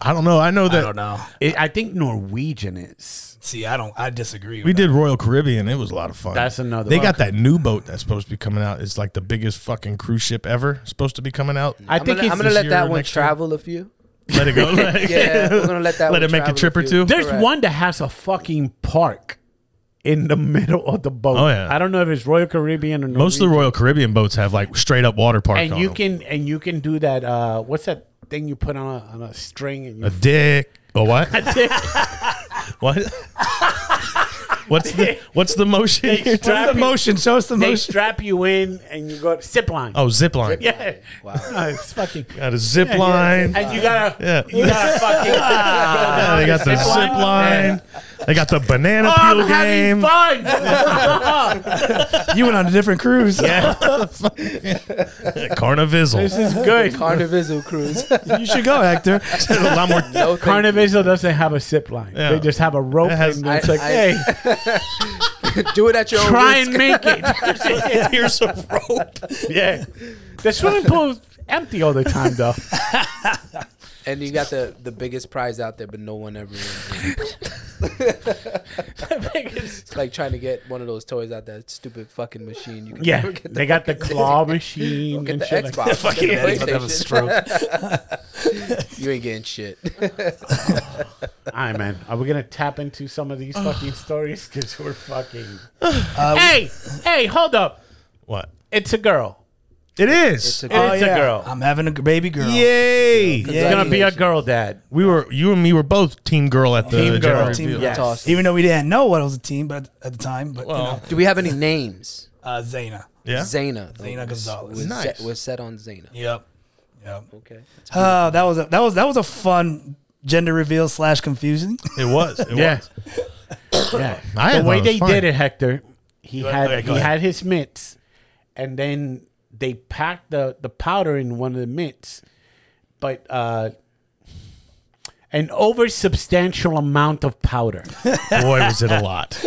I don't know. I know that I don't know. It, I think Norwegian is. See, I don't. I disagree. we with did Royal Caribbean. It was a lot of fun. That's another They one. got that new boat that's supposed to be coming out. It's like the biggest fucking cruise ship ever. Supposed to be coming out. I I'm think gonna, it's I'm gonna this let year or that one next year. travel a few. Let it go. Let it, Yeah, we're gonna let that. one let it make a travel trip or few. two. There's Correct. one that has a fucking park in the middle of the boat. Oh, yeah. I don't know if it's Royal Caribbean or Most of the Norwegian. Royal Caribbean boats have like straight up water park. and on you them. can and you can do that. Uh, what's that thing you put on a, on a string? And you a dick. A what? dick. What? what's the what's the motion? They you're strap doing? The motion. Show us the They motion. strap you in and you go zip line. Oh, zip line. yeah. Wow. No, it's fucking. Got a zip line. And you gotta, Yeah. you gotta fucking. go down Yeah, they got the zip line. line. They got the banana Oh, peel I'm game. having fun. You went on a different cruise. Yeah. this Carnivisal. is good. Carnivisal cruise. You should go, Hector. a lot more. No, thank you. Carnivisal doesn't have a zip line. Yeah. They just have a rope. It has- and it's I- like, I- hey, Do it at your own try risk. and make it. Here's a rope. yeah. The swimming pool's empty all the time, though. And you got the, the biggest prize out there, but no one ever wins. it. It's like trying to get one of those toys out that stupid fucking machine. You can Yeah. never get the, They got the claw machine get and the shit. like- Xbox. Fucking get the Xbox, have a PlayStation. stroke. You ain't getting shit. All right, man. Are we gonna tap into some of these fucking stories? Because we're fucking. Uh, hey, hey, hold up! What? It's a girl. It is. a- It's Oh, a girl. I'm having a g- baby girl. Yay! It's gonna be a girl, Dad. We were you and me were both team girl at the Team general girl. Team reveal. girl. Yes. Toss. Even though we didn't know what was a team, but at the time, but you Well, know, Do we have any names? uh, Zayna. yeah. Zayna. Zayna Was- Gonzalez. Was Nice. set, was set on Zayna. Yep. Yep. Okay. Oh, that was a, that was that was a fun gender reveal slash confusion. It was. It Yeah, was. yeah. I the thought way it was they fun. did it, Hector. He had okay, he go ahead. had his mitts, and then they packed the the powder in one of the mitts, but uh, an over substantial amount of powder. Boy, was it a lot.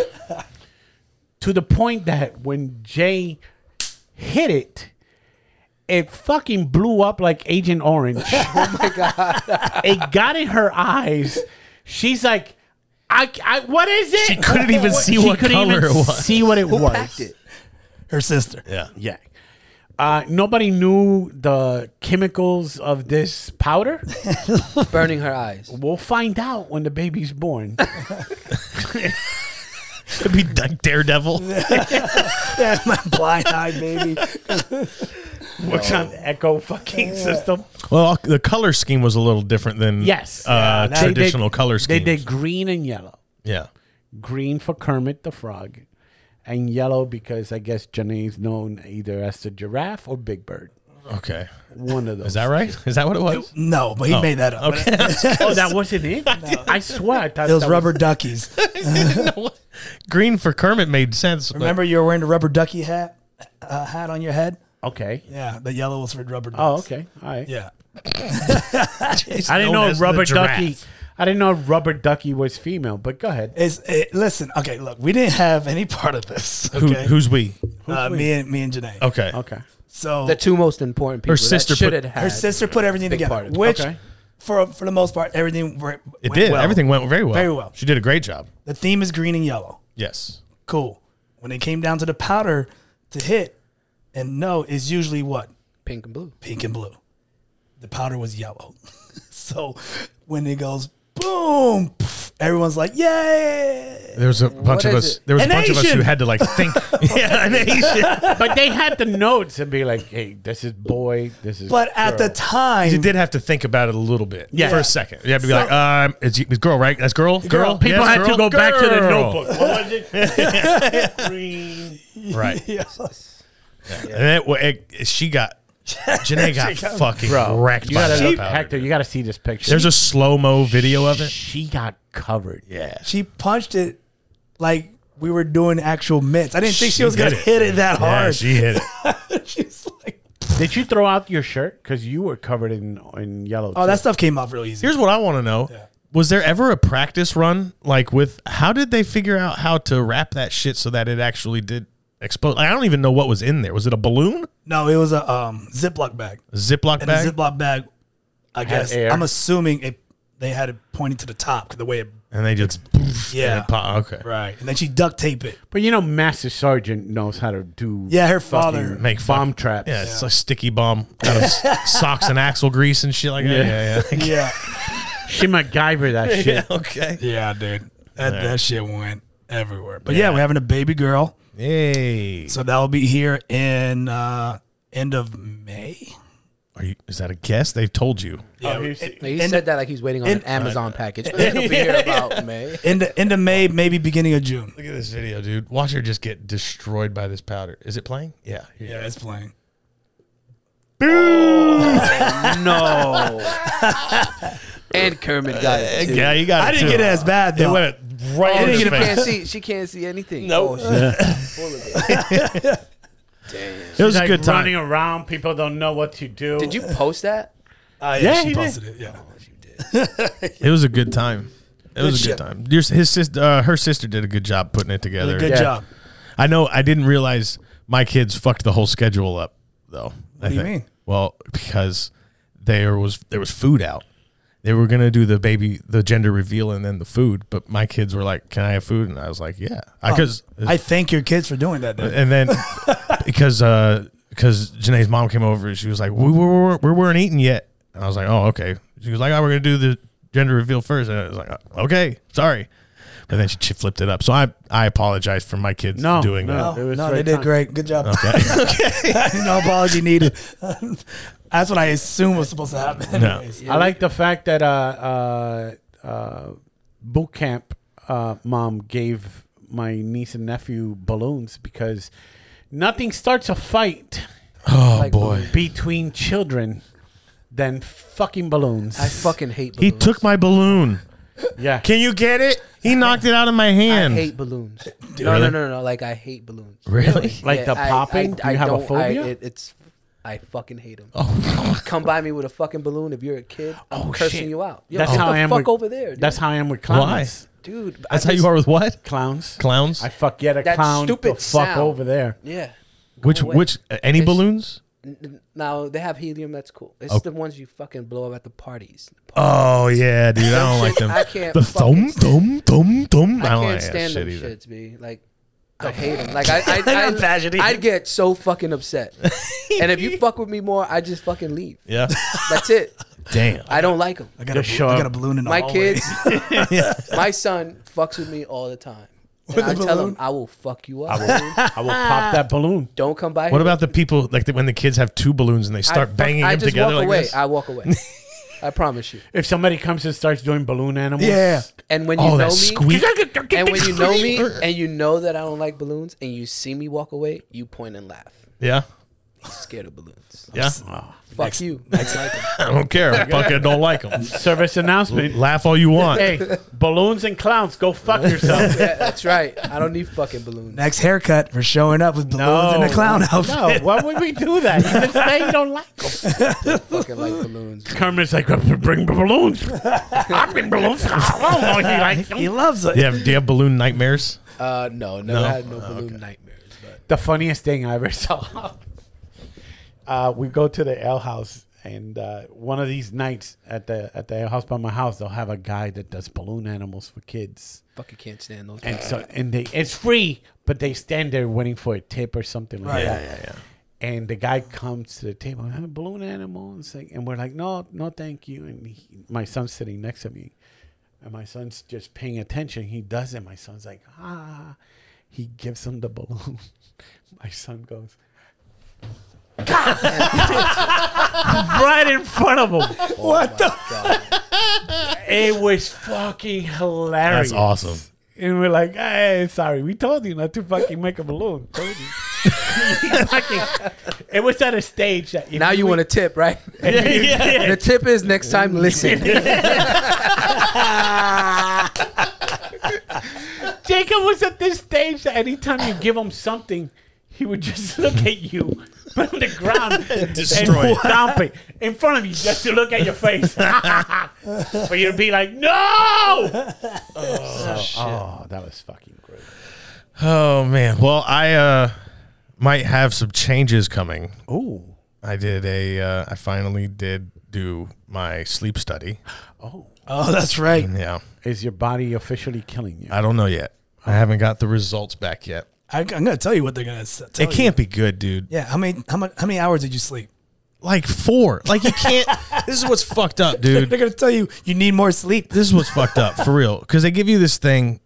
to the point that when Jay hit it, it fucking blew up like Agent Orange. oh my god! it got in her eyes. She's like, I, I what is it? She couldn't even see She what couldn't color even it was. See what it was. Packed it. Her sister. Yeah. Yeah. Uh, nobody knew the chemicals of this powder. Burning her eyes. We'll find out when the baby's born. Could be like Daredevil. Yeah, my blind eyed baby. Works on Echo fucking system. Well, the color scheme was a little different than Yes. uh, They did- traditional color They scheme. did green and yellow. yeah. green for Kermit the Frog, and yellow because I guess Janae's known either as the giraffe or Big Bird. Okay. One of those. Is that right? Is that what it was? No, but he made that up. Okay. Oh, that wasn't it. I swear, I thought It was that rubber duckies. Green for Kermit made sense. but- Remember, you were wearing the rubber ducky hat uh, hat on your head. okay. Yeah, the yellow was for rubber. Ducks. Oh, okay. All right. Yeah. It's I didn't known know as the rubber giraffe. ducky. I didn't know rubber ducky was female, but go ahead. It's it, listen. Okay, look, we didn't have any part of this. Who, Okay, Who's we? uh, me and me and Janae. Okay. Okay. So The two most important people. sister that should put- have her had. sister put everything Big together, part of it. which Okay. for for the most part, everything went, It went did. well. Everything went very well. Very well. She did a great job. The theme is green and yellow. Yes. Cool. When it came down to the powder to hit, and no is usually what Pink and blue. pink and blue. The powder was yellow. so when it goes boom, pff, everyone's like, yay! There was a bunch of is us. it? There was An a bunch of us who Asian. had to like think. yeah, an Asian. But they had the notes and be like, "Hey, this is boy. This is." But at the time, You did have to think about it a little bit. Yeah. For a second. You had to be like, um, it's, it's girl, right? That's girl. Girl. people Yes, had to girl? go back to the Girl. notebook. What was it? green. Right. And it, wa- it, it- she got. Janae got fucking Bro, wrecked you by gotta that look, powder. Hector. You gotta see this picture. There's a slow mo video of it. She got covered. Yeah. she punched it like we were doing actual mitts. I didn't think she was did going to hit it that Yeah, hard. she hit it. She's like, Did you throw out your shirt because you were covered in in yellow? oh, that stuff came off real easy. Here's what I want to know. Was there ever a practice run like with how did they figure out how to wrap that shit so that it actually did explode? Like, I don't even know what was in there. Was it a balloon? No, it was a um, Ziploc bag. A Ziploc And bag? the Ziploc bag, I guess, air. I'm assuming it. they had it pointed to the top the way it, and they just poof, Yeah. and it pop- okay. right. And then she duct tape it. but you know, Master Sergeant knows how to do Yeah, her father. make Make bomb fuck- traps. Yeah, it's like sticky bomb out of s- socks and axle grease and shit like that. Yeah, yeah. Yeah. She MacGyver that shit. okay. Yeah, dude. That that shit went everywhere. But yeah. we're having a baby girl. Hey. So that'll be here in uh end of May. Are you? Is that a guess? They've told you. Oh, here's- He And- said that like he's waiting on an and- Amazon package. It'll be here about May. End of, end of May, maybe beginning of June. Look at this video, dude. Watch her just get destroyed by this powder. Is it playing? Yeah. here you go. it's playing. no. And Kermit got it. too. Yeah, you got it. I didn't too. get it as bad It though. went right Oh, in his she face. can't see. She can't see anything. Nope. Oh, she's full of it. It was Like a good time. running around, people don't know what to do. Did you post that? Uh, Yeah, she he did. posted it. Yeah. It was a good time. It was a shit. good time. Your, his sister, uh, her sister, did a good job putting it together. Good Yeah. job. I know. I didn't realize my kids fucked the whole schedule up, though. What I do you mean? Well, because there was there was food out. They were gonna do the baby, the gender reveal, and then the food. But my kids were like, "Can I have food?" And I was like, "Yeah," because Oh, I thank your kids for doing that. Though. and then because uh because Janae's mom came over and she was like we, we, we, we weren't eating yet and I was like oh okay she was like oh we're gonna do the gender reveal first and I was like "Uh, okay sorry but then she, she flipped it up so I I apologize for my kids No, doing no. that It was Oh, No, right they did time. great. Good job. no apology needed. That's what I assume was supposed to happen. No. Anyways. I like the fact that uh, uh, uh, boot camp uh, mom gave my niece and nephew balloons because nothing starts a fight oh Like, boy between children than fucking balloons. I fucking hate he balloons. took my balloon yeah. can you get it he knocked it out of my I hand hate balloons. No, no, Really? no, no. Like I hate balloons. really Like the I- popping? Do you have a don't- I- phobia? it- it's I fucking hate them. Oh, Come by me with a fucking balloon if you're a kid. I'm Oh, cursing shit. you out. Yo, That's get how the I am. Fuck with- over there. Dude. That's how I am with clowns. dude. I that's how you just- are with what Clowns. clowns I fuck yet a That clown. stupid the fuck sound. over there. Yeah. which away. which any It's- balloons N- n- Now they have helium. That's cool. It's the ones you fucking blow up at the parties. oh yeah dude I don't like them I can't. the fucking thumb thumb thumb thumb I I don't can't like that stand shit them either. shits, b. Like I hate them. Like I, I, I, I, would get so fucking upset. and if you fuck with me more, I just fucking leave. Yeah. That's it. Damn. I don't like them. I got, a, Just blo- show I up. got a balloon in the My hallway. kids, my son fucks with me all the time. And I the tell balloon? him I will fuck you up. dude. I will pop that balloon. Don't come by. What about the people like the, when the kids have two balloons and they start banging I them just together walk like away. this? I walk away. I promise you. If somebody comes and starts doing balloon animals, Yeah. And when you know oh, that me, squeak! and when you know me, and you know that I don't like balloons, and you see me walk away, you point and laugh. yeah, He's scared of balloons. yeah. Fuck you. I don't like 'em. I don't care. I fucking don't like them. service announcement. Laugh all you want. hey, balloons and clowns, go fuck yourself. Yeah, that's right. I don't need fucking balloons. Next haircut for showing up with balloons in a clown outfit. No, why would we do that? You just say you don't like them. fucking like balloons. Kermit's like, bring the balloons. I bring balloons. Oh, I don't know if you like He them. loves it. Do you, have, do you have balloon nightmares? Uh, no, never No? Oh, had no balloon nightmares. But The funniest thing I ever saw. Uh, we go to the L house, and uh, one of these nights at the at the L house by my house, they'll have a guy that does balloon animals for kids. fucking can't stand those. and so and they it's free, but they stand there waiting for a tip or something like that. Yeah, yeah, yeah. And the guy comes to the table, "Huh, balloon animal, and, say, and we're like, no, no, thank you. And he, my son's sitting next to me, and my son's just paying attention. He does it. My son's like, ah. He gives him the balloon. my son goes. right in front of him. what the? It was fucking hilarious. That's awesome. And we're like, hey, sorry, we told you not to fucking make a balloon. Told you. Fucking- it was at a stage that if Now you would- want a tip, right? yeah, yeah, yeah. The tip is next time listen. Jacob was at this stage that anytime you give him something, he would just look at you from the ground and Destroy it. stomp it in front of you just to look at your face. but you'd be like, no! Oh, oh, that was fucking great. Oh man. Well, I uh, might have some changes coming. Oh, I did a. Uh, I finally did do my sleep study. Oh, that's right. Yeah. is your body officially killing you? I don't know yet. I haven't got the results back yet. I, I'm gonna tell you what they're gonna s- tell It can't be good, dude. You. Oh, Yeah. How many? How much? How many hours did you sleep? Like four. Like you can't. this is what's fucked up, dude. They're gonna tell you you need more sleep. this is what's fucked up for real because they give you this thing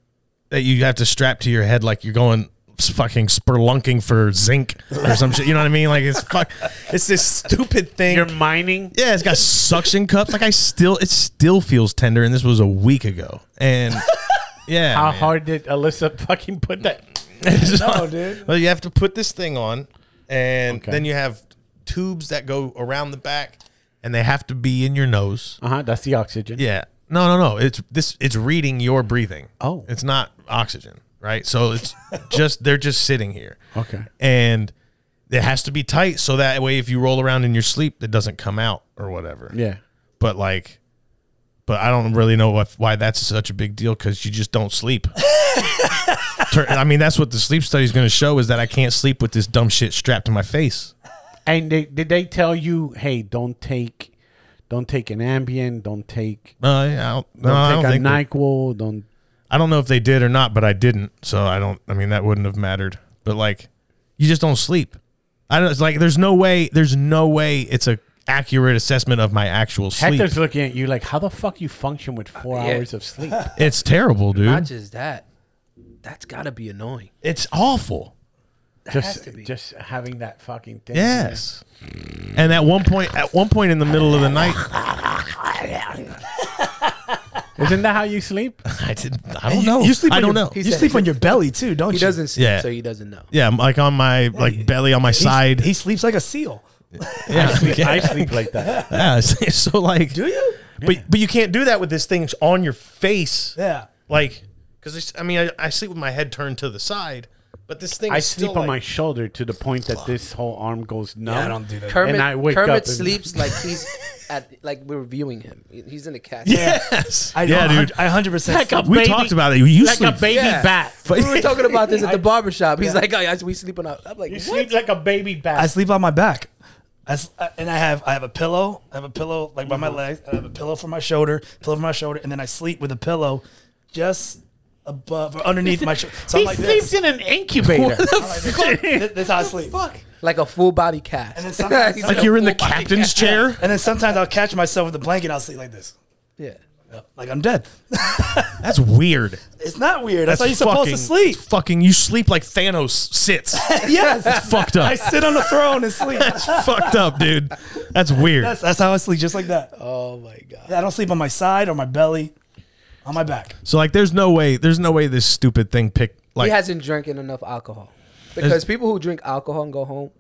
that you have to strap to your head like you're going fucking spurlunking for zinc or some shit. You know what I mean? Like it's fuck. It's this stupid thing. You're mining. yeah, it's got suction cups. Like I still, it still feels tender, and this was a week ago. And yeah, How man. hard did Alyssa fucking put that? So- dude. Well, you have to put this thing on, and then you have tubes that go around the back, and they have to be in your nose. Uh huh. That's the oxygen. Yeah. No, no, no. It's this. It's reading your breathing. Oh. It's not oxygen, right? So it's just they're just sitting here. Okay. And it has to be tight so that way if you roll around in your sleep, it doesn't come out or whatever. Yeah. But like, but I don't really know what, why that's such a big deal because you just don't sleep. Tur- I mean, that's what the sleep study is going to show is that I can't sleep with this dumb shit strapped to my face. And they, did they tell you, hey, don't take, don't take an Ambien, don't take, No, I don't, no, don't I take don't a think. that- Nyquil, don't. I don't know if they did or not, but I didn't. So I don't. I mean, that wouldn't have mattered. But like, you just don't sleep. I don't. It's like there's no way. There's no way it's a accurate assessment of my actual sleep. Hector's looking at you like, how the fuck you function with four yeah. hours of sleep? It's terrible, Not dude. just that. That's gotta be annoying. It's awful. has just, to be. just having that fucking thing. Yes. And at one point, at one point in the middle of the night, Isn't that how you sleep? I didn't. I And don't you- know. You sleep I on don't your- know. You sleep on your belly too, don't He you? doesn't sleep, Yeah. so he doesn't know. Yeah, I'm, like on my like belly on my He- side. He sleeps like a seal. yeah. I sleep like that. Yeah, so like, do you? But but you can't do that with this thing on your face. Yeah. like because I mean I, I sleep with my head turned to the side, but this thing I is sleep still, on my like- shoulder to the point that this whole arm goes numb. I don't do that. Kermit, And I wake Kermit up and- sleeps like he's at like we're viewing him. He's in a casket. yes I, yeah a hun- dude I 100% Like a sleep. we baby- talked about it you like sleep a baby Yeah. bat. We were talking about this at the barber shop. He's like, oh, yeah, we sleeping up. I'm like, You what? sleep like a baby bat. I sleep on my back. I s I and I have I have a pillow. I have a pillow like by my legs. I have a pillow for my shoulder, pillow for my shoulder, and then I sleep with a pillow just above or underneath my shoulder. So I'm he like sleeps this. in an incubator. This this is how I sleep. Fuck. Like a full body cast. And then sometimes- He's like Like you're in a the full body captain's cast. chair And then sometimes I'll catch myself with a blanket. I'll sleep like this, Yeah. like I'm dead. that's weird It's not weird. That's, that's how you're supposed to sleep. fucking you sleep like Thanos sits Yes, fucked I up sit on the throne and sleep. that's fucked up dude that's weird That's, that's how I sleep, just like that. Oh my god. I don't sleep on my side or my belly, on my back. so like there's no way there's no way this stupid thing picked like he hasn't drinking enough alcohol because people who drink alcohol and go home,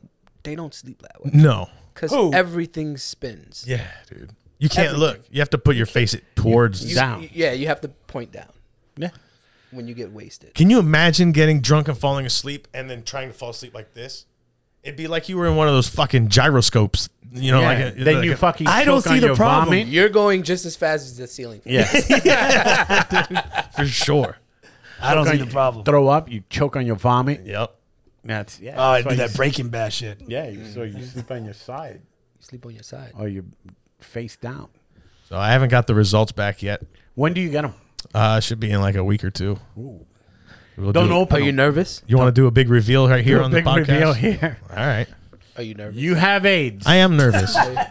they don't sleep that way no because Who? everything spins. yeah dude you can't look you have to put your face it towards You- Down. you- yeah, you have to point down Yeah. when you get wasted. Can you imagine getting drunk and falling asleep and then trying to fall asleep like this? It'd be like you were in one of those fucking gyroscopes, you know, Yeah. like a, then like you a- fucking. I don't choke see on the your problem. vomit. You're going just as fast as the ceiling. fan. Yeah. for sure. I don't see the problem. Throw up. You choke on your vomit. Yep. That's yeah. Oh, I that's do why that you- Breaking Bad shit. Yeah. You, so you sleep on your side You sleep on your side. or you face down. So I haven't got the results back yet. When do you get them? Uh, should be in like a week or two. We'll Don't do- open. Are you them. nervous? You want to do a big reveal right here Do a on the big reveal podcast? here. All right. Are you nervous? You have AIDS. I am nervous. Sleep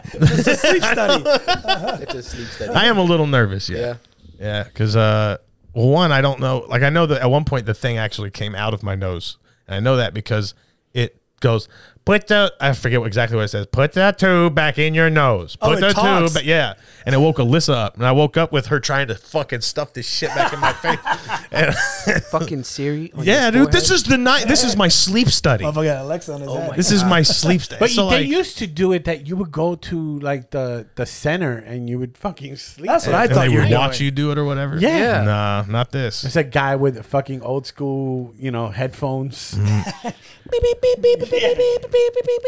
study. it's a sleep study. I am a little nervous. Yeah. Yeah. Yeah, because uh, well, one, I don't know. Like, I know that at one point the thing actually came out of my nose, and I know that because it goes put the I forget what- exactly what it says. Put the tube back in your nose. Oh, Put it the talks. tube, ba- yeah. And it woke Alyssa up, and I woke up with her trying to fucking stuff this shit back in my face. And, Fucking Siri. on yeah, your dude, this forehead? is the night. This is my sleep study. Motherfucker got Alexa on his head. This is my sleep study. But so they like, used to do it that you would go to like the the center and you would fucking sleep. That's what I and thought they you were would doing. watch you do it or whatever. Yeah. nah, not this. It's a guy with fucking old school, you know, headphones. Mm.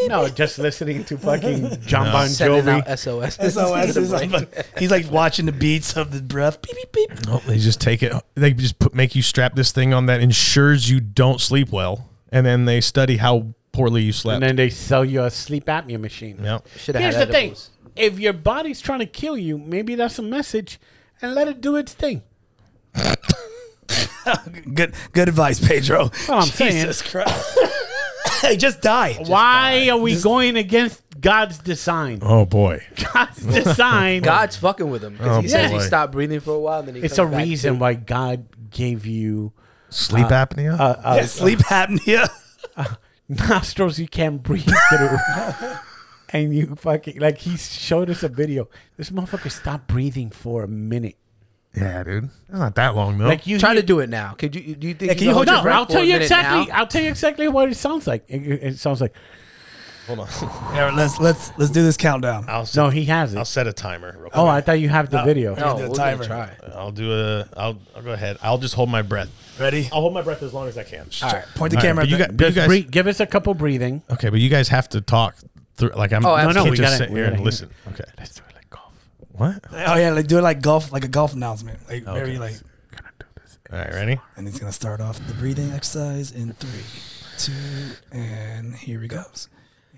No, just listening to fucking John Bon sending Jovi. out SOS. SOS is Like, on- He's like watching the beats of the breath. Beep, beep, beep. Nope, they just take it. They just put, make you strap this thing on that ensures you don't sleep well, and then they study how poorly you slept. And then they sell you a sleep apnea machine. Yep. Shoulda Here's the had thing: edibles. if your body's trying to kill you, maybe that's a message, and let it do its thing. Good, good advice, Pedro. Well, I'm Jesus Christ. hey, just die. Why are we going against God's design? Oh boy, God's design. God's fucking with him because he Oh, says he boy. stopped breathing for a while. And then he It's a comes back reason to- why God gave you Sleep Uh, apnea. yeah, sleep apnea. nostrils you can't breathe through. and you fucking like he showed us a video. This motherfucker stopped breathing for a minute. yeah, dude. That's not that long though. Like you Try to hear- do it now. Could you? Do you think? Yeah, can you hold can your No, breath I'll for tell a you minute exactly. now? I'll tell you exactly what it sounds like. It, it sounds like Hold on. Yeah, let's let's let's do this countdown. I'll set, no, he has I'll it. set a timer. Real quick. Oh, I thought you have the video. No, do the we're gonna timer. try. I'll do a. I'll, I'll go ahead. I'll just hold my breath. Ready? I'll hold my breath as long as I can. All right, point the All right, camera. but you at the- got- but you Just guys, breathe, give us a couple breathing. okay, but you guys have to talk. Through, like I'm. Oh, I no, no, can't we just gotta- sit we here and gotta- listen. Okay. Let's do it like golf. What? oh yeah, like do it like golf, like a golf announcement, like Okay. very like. All right, ready? And he's gonna start off the breathing exercise in three, two, and here he goes.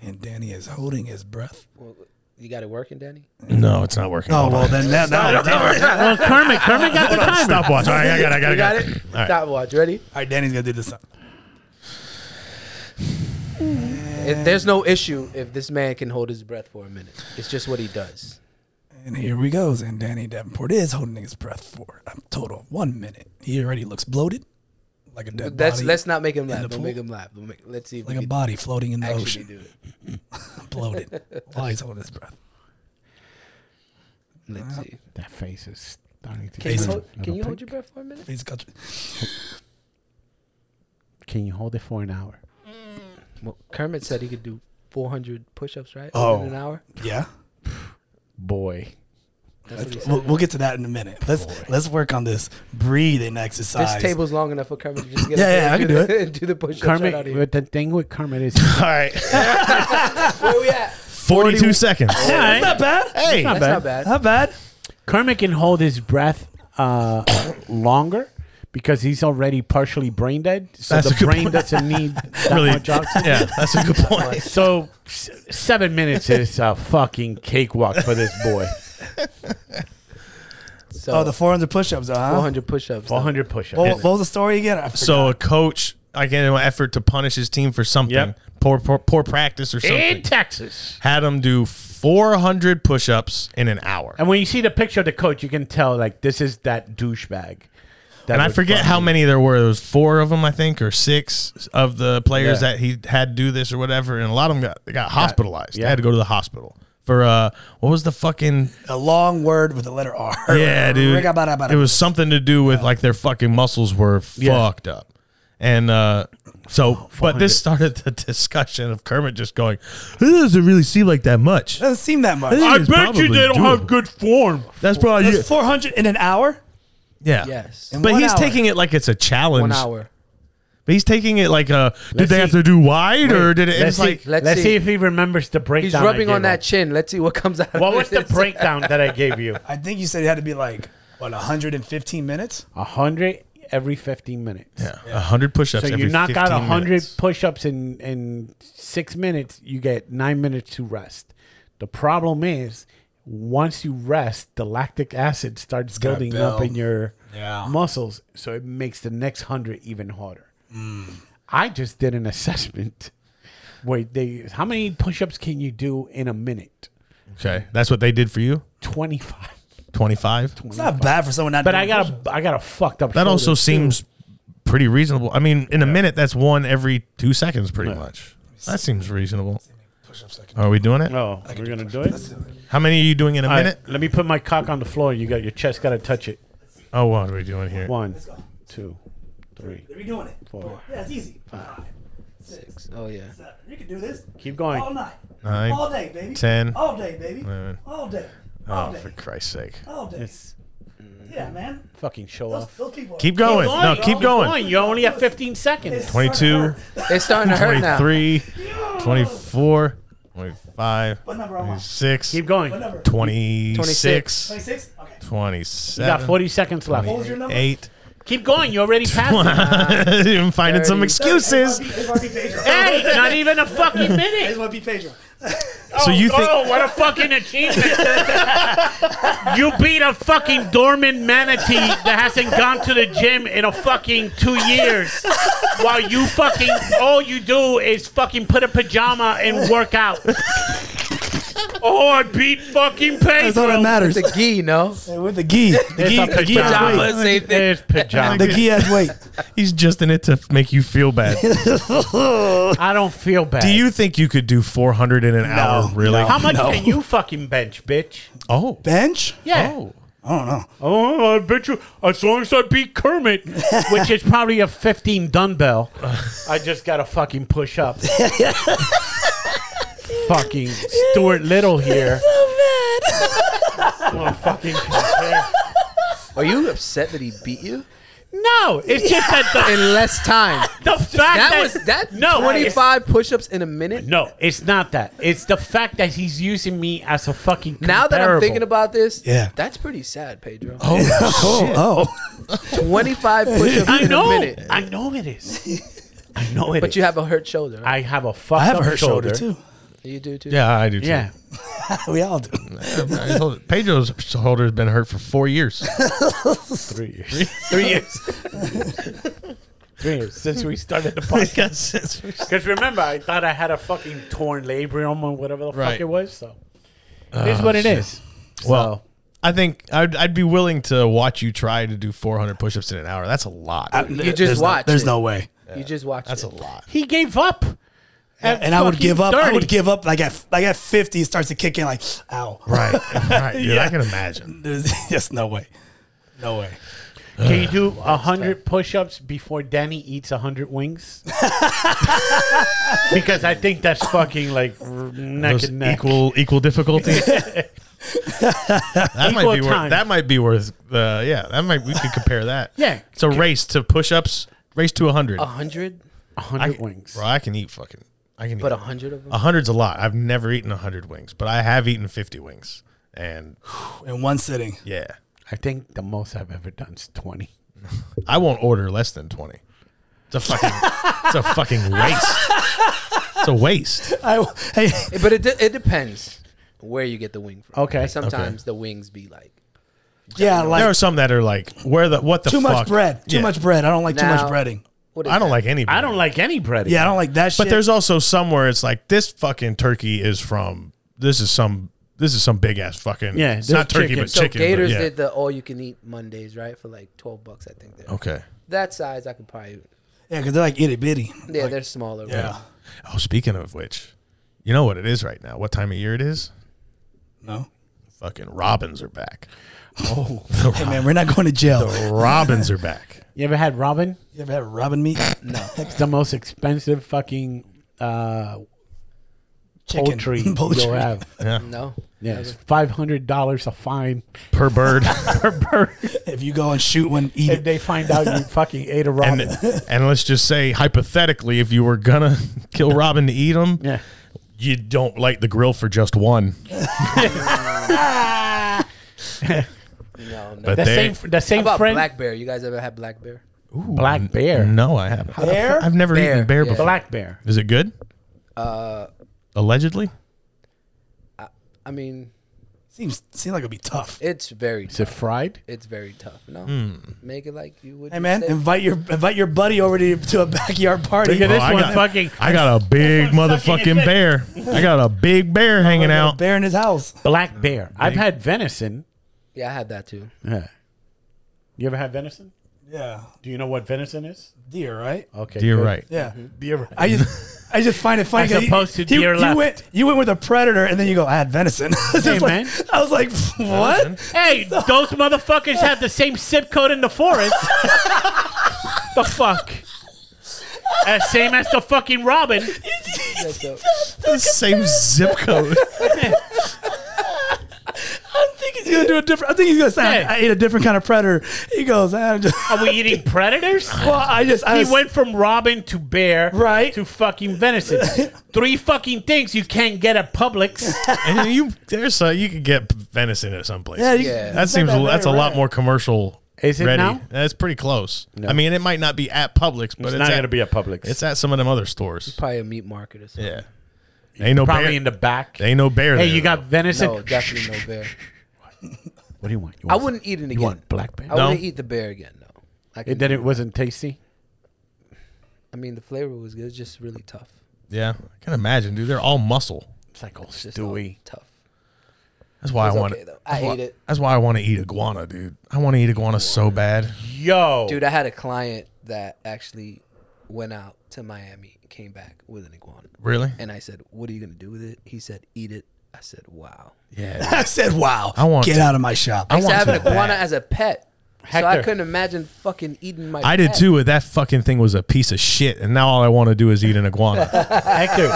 And Danny is holding his breath. You got it working, Danny. No, it's not working. Oh Hold well, on. then that, that All Well, Kermit, Kermit got the timer. Stopwatch. All right, I got it. I got it. You got it. All right. Stopwatch. Ready? right, Danny's gonna do this. If there's no issue if this man can hold his breath for a minute. It's just what he does. And here we goes. And Danny Davenport is holding his breath for a total of one minute. He already looks bloated, like a dead That's body, let's not make him laugh. the Don't pool? make him laugh. Don't make- let's see if like we a can body floating in the actually ocean, do it. bloated, while he's holding his breath. Let's see. That face is starting to. Can you turn hold, a can little you hold your pink. breath for a minute? He's got Can you hold it for an hour? Well, Kermit said he could do 400 push-ups, right? Oh. in an hour. yeah. Boy, That's what he said. We'll, we'll get to that in a minute. Let's let's work on this breathing exercise. This table's long enough for Kermit to just get Yeah, up there yeah, I and can do do the, do the push-ups right out Kermit. of here. but the thing with Kermit is All right. Where we at? 42 seconds. Oh, That's not bad. Hey, That's not bad. not bad. Kermit can hold his breath uh, longer because he's already partially brain dead, so That's a the good brain point. doesn't need that Really? much oxygen. Yeah, that's a good point. So s- seven minutes is a fucking cakewalk for this boy. So Oh, the 400 push-ups, uh, huh? 400 push-ups. though. 400 push-ups. What, what was the story again? I forgot. So a coach, like in an effort to punish his team for something, Yep. poor, poor poor practice or something, in Texas. had him do 400 push-ups in an hour. And when you see the picture of the coach, you can tell like this is that douchebag. that And I would forget how fucking- many there were. There was four of them, I think, or six of the players Yeah. that he had do this or whatever. And a lot of them got, they got hospitalized. yeah. They had to go to the hospital for uh, what was the fucking a long word with the letter R. yeah, dude. Rigabada-bada. It was something to do with like their fucking muscles were fucked up, and uh, so. But this started the discussion of Kermit just going, "It doesn't really seem like that much." doesn't seem that much. I bet you they don't have good form. That's probably It's 400 in an hour. yeah. Yes. In But one he's hour. taking it like it's a challenge. One hour. But he's taking it like a. Did they have see. to do wide or did it? Let's It's see. like let's, Let's see. see. if he remembers the breakdown. He's rubbing I on gave that him. chin. Let's see what comes out. What of was the this. breakdown that I gave you? I think you said it had to be like what 115 minutes. A hundred every 15 minutes. yeah, hundred push-ups. So you every knock out 15 100 minutes. push-ups in in 6 minutes, you get 9 minutes to rest. The problem is once you rest, the lactic acid starts gonna building up build. in your Yeah. muscles, so it makes the next 100 even harder. Mm. I just did an assessment where they how many push-ups can you do in a minute? Okay, that's what they did for you. 25. Twenty-five. It's not bad for someone not. But doing I got a I got a fucked up That also shoulder, too. seems pretty reasonable. I mean, in a minute, that's one every two seconds, pretty much. That seems reasonable. Are we doing it? Oh, we're going to do it. How many are you doing in a All right, minute? let me put my cock on the floor. You got your chest got to touch it. Oh, what are we doing here? One, two, three, Are you doing it? four. Yeah, it's easy. Oh yeah. You can do this Keep going. night, Nine, day, baby, ten. all day, baby, eleven. all day, Oh, for Christ's sake! all day. It's Yeah, man. fucking show off. Those people. Keep going. No, keep going. You only have 15 seconds. 22, It's starting to hurt now. 23, 24, 25, number 26, Keep going. You Whatever. 26, Twenty-six. Okay. got 27, 40 seconds left. was your number? Uh, 8. Keep going. You already passed. I'm finding some Thirty. excuses. it. hey, not even a fucking minute. Might be Pedro. So you think Oh, what a fucking achievement! you beat a fucking dormant manatee that hasn't gone to the gym in a fucking two years, while you fucking all you do is fucking put a pajama and work out. Oh, I beat fucking That's all that Pedro. matters. The gi, no? With the gi, the It's gi, a the gi has pajama. weight. Same thing. It's The pajamas. gi has weight. He's just in it to make you feel bad. I don't feel bad. Do you think you could do 400 in an hour? Really? How much can you fucking bench, bitch? Oh, Bench? Yeah. Oh. I don't know. Oh, I bet you. As long as I beat Kermit, which is probably a 15 dumbbell, I just got to fucking push up. fucking Stuart Little here. Wanna fucking compare. Are you upset that he beat you? No, it's just that the, In less time. the fact that, That was that no, it's- 25 push ups in a minute. No, it's not that. It's the fact that he's using me as a fucking. Now that I'm comparable. thinking about this, Yeah. that's pretty sad, Pedro. Oh, oh. 25 push ups I in a know, minute. I know it is. I know it But is. you have a hurt shoulder. I have a fucked I have up a hurt shoulder, shoulder too. you do too. yeah, I do too. Yeah, We all do. I told you, Pedro's shoulder has been hurt for four years. three years. three years. three years since we started the podcast. Because remember, I thought I had a fucking torn labrum or whatever the fuck Right. it was. So it is what it is. Well, I think I'd, I'd be willing to watch you try to do 400 push-ups in an hour. That's a lot. You There's just no- watch. there's it. no way. You just watch. That's it. a lot. he gave up. at And I would fucking give up. I 30. would give up. Like at like at 50, it starts to kick in. Like, ow. Right. right. Dude, I can imagine. There's just no way. No way. Can you do a hundred push-ups before Danny eats a hundred wings? because I think that's fucking like r- neck Those and neck. equal equal difficulty. that Equal might be time. worth. That might be worth. Uh, yeah, that might. We could compare that. Yeah. Uh, It's a race to push-ups. Race to 100. A hundred, A I, hundred wings. Bro, I can eat fucking. I can. but eat a hundred of them. A hundred's a lot. I've never eaten a hundred wings, but I have eaten fifty wings, and In one sitting. yeah, I think the most I've ever done is twenty. I won't order less than twenty. It's a fucking, it's a fucking waste. It's a waste. I, hey, But it de- it depends where you get the wing from. Okay. Sometimes the wings be like yeah, There are like some that are like, where the what the too fuck? much bread. Too Yeah. much bread. I don't like Now- too much breading. what is I don't that? like any. Bread. I don't like any bread. Yeah, I don't like that shit. But there's also some where it's like this fucking turkey is from. This is some. This is some big ass fucking. Yeah, it's not there's turkey, chicken. but So chicken. but Gators yeah. did the all you can eat Mondays, right? For like twelve bucks, I think. they're- Okay. That size, I could probably. yeah, because they're like itty bitty. Yeah, they're smaller. right? Yeah. Oh, speaking of which, you know what it is right now? What time of year it is? No. Fucking robins are back. Oh. Hey man, we're not going to jail. Robins are back. You ever had Robin? You ever had robin meat? No. It's the most expensive fucking uh, Chicken. poultry you'll have. No. Yeah, it's five hundred dollars a fine per bird per bird If you go and shoot one, eat if it. they find out you fucking ate a and Robin. and let's just say hypothetically if you were gonna kill robin to eat him yeah. you don't light the grill for just one No. No. but The they same, the same How about friend, black bear? You guys ever had black bear? black bear. no i haven't Bear? i've never Bear, eaten bear yeah. before Black bear. is it good uh allegedly I mean, Seems seems like it'd be tough. it's very Is it fried? it's very tough. No. Hmm. Make it like you would. Hey man, say- invite your invite your buddy over to, to a backyard party. Look at this I one, got- fucking i got a big one's sucking motherfucking his bear i got a big bear Got hanging a out bear in his house. black bear. I've had venison. yeah, I had that too. Yeah. You ever had venison? Yeah, Do you know what venison is? deer, right? Okay, you're good. right Yeah, Deer right. I just I just find it funny. Mm-hmm. As 'cause he- opposed to he- deer you left. went you went with a predator, and then you go, I had venison. It's Hey, just like- man. I was like, what? Hey, those motherfuckers have the same zip code in the forest. the fuck. As same as the fucking Robin. Yeah, so- the same zip code I think he's gonna do a different. I think he's gonna say, Hey. I, I ate a different kind of predator. He goes, I just, Are we eating predators? well, I just, I He was- went from Robin to bear Right. to fucking venison. Three fucking things you can't get at Publix. and you there's a, you could get venison at some place Yeah, you- Yeah. That it's not seems that that's a bad, lot right? more commercial. Is it ready. now? That's pretty close. I mean, it might not be at Publix, but it's, at, be at Publix. It's at some of them other stores. probably a meat market or something. Yeah, ain't no probably bear. in the back. ain't no bear. hey, there, you got though. venison? No, definitely no bear. What do you want? You I want wouldn't eat it You again. want black bear? I No? wouldn't eat the bear again. No. I It, could, then it wasn't tasty. I mean, the flavor was good. It's just really tough. Yeah, I can imagine, dude. They're all muscle. It's like old Just all stewy. tough. That's why It's I want okay, it. though. I that's why- ate it. That's why I want to eat iguana, dude. I want to eat iguana so bad. Yo, Dude, I had a client that actually went out to Miami, came back with an iguana. Really? And I said, What are you going to do with it? He said, Eat it. I said, Wow. Yeah. I said, "Wow, I want get to. out of my shop." I I, I used want to have to an iguana bad. as a pet. So I Hector. couldn't imagine fucking eating my I did pet. too, but that fucking thing was a piece of shit, and now all I want to do is eat an iguana. Hector,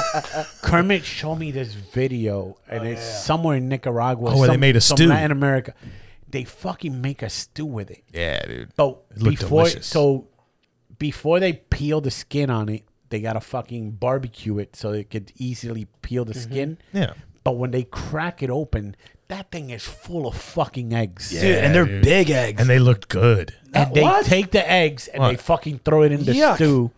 Kermit showed me this video, and it's somewhere in Nicaragua. Oh, where they some- made a some stew. Latin America. They fucking make a stew with it. yeah, dude. But It looked before delicious. so before they peel the skin on it, they gotta fucking barbecue it so it could easily peel the skin. Yeah. But when they crack it open, that thing is full of fucking eggs. dude, and they're dude. big eggs. And they looked good. And they What? take the eggs and they What? fucking throw it in the Yuck. stew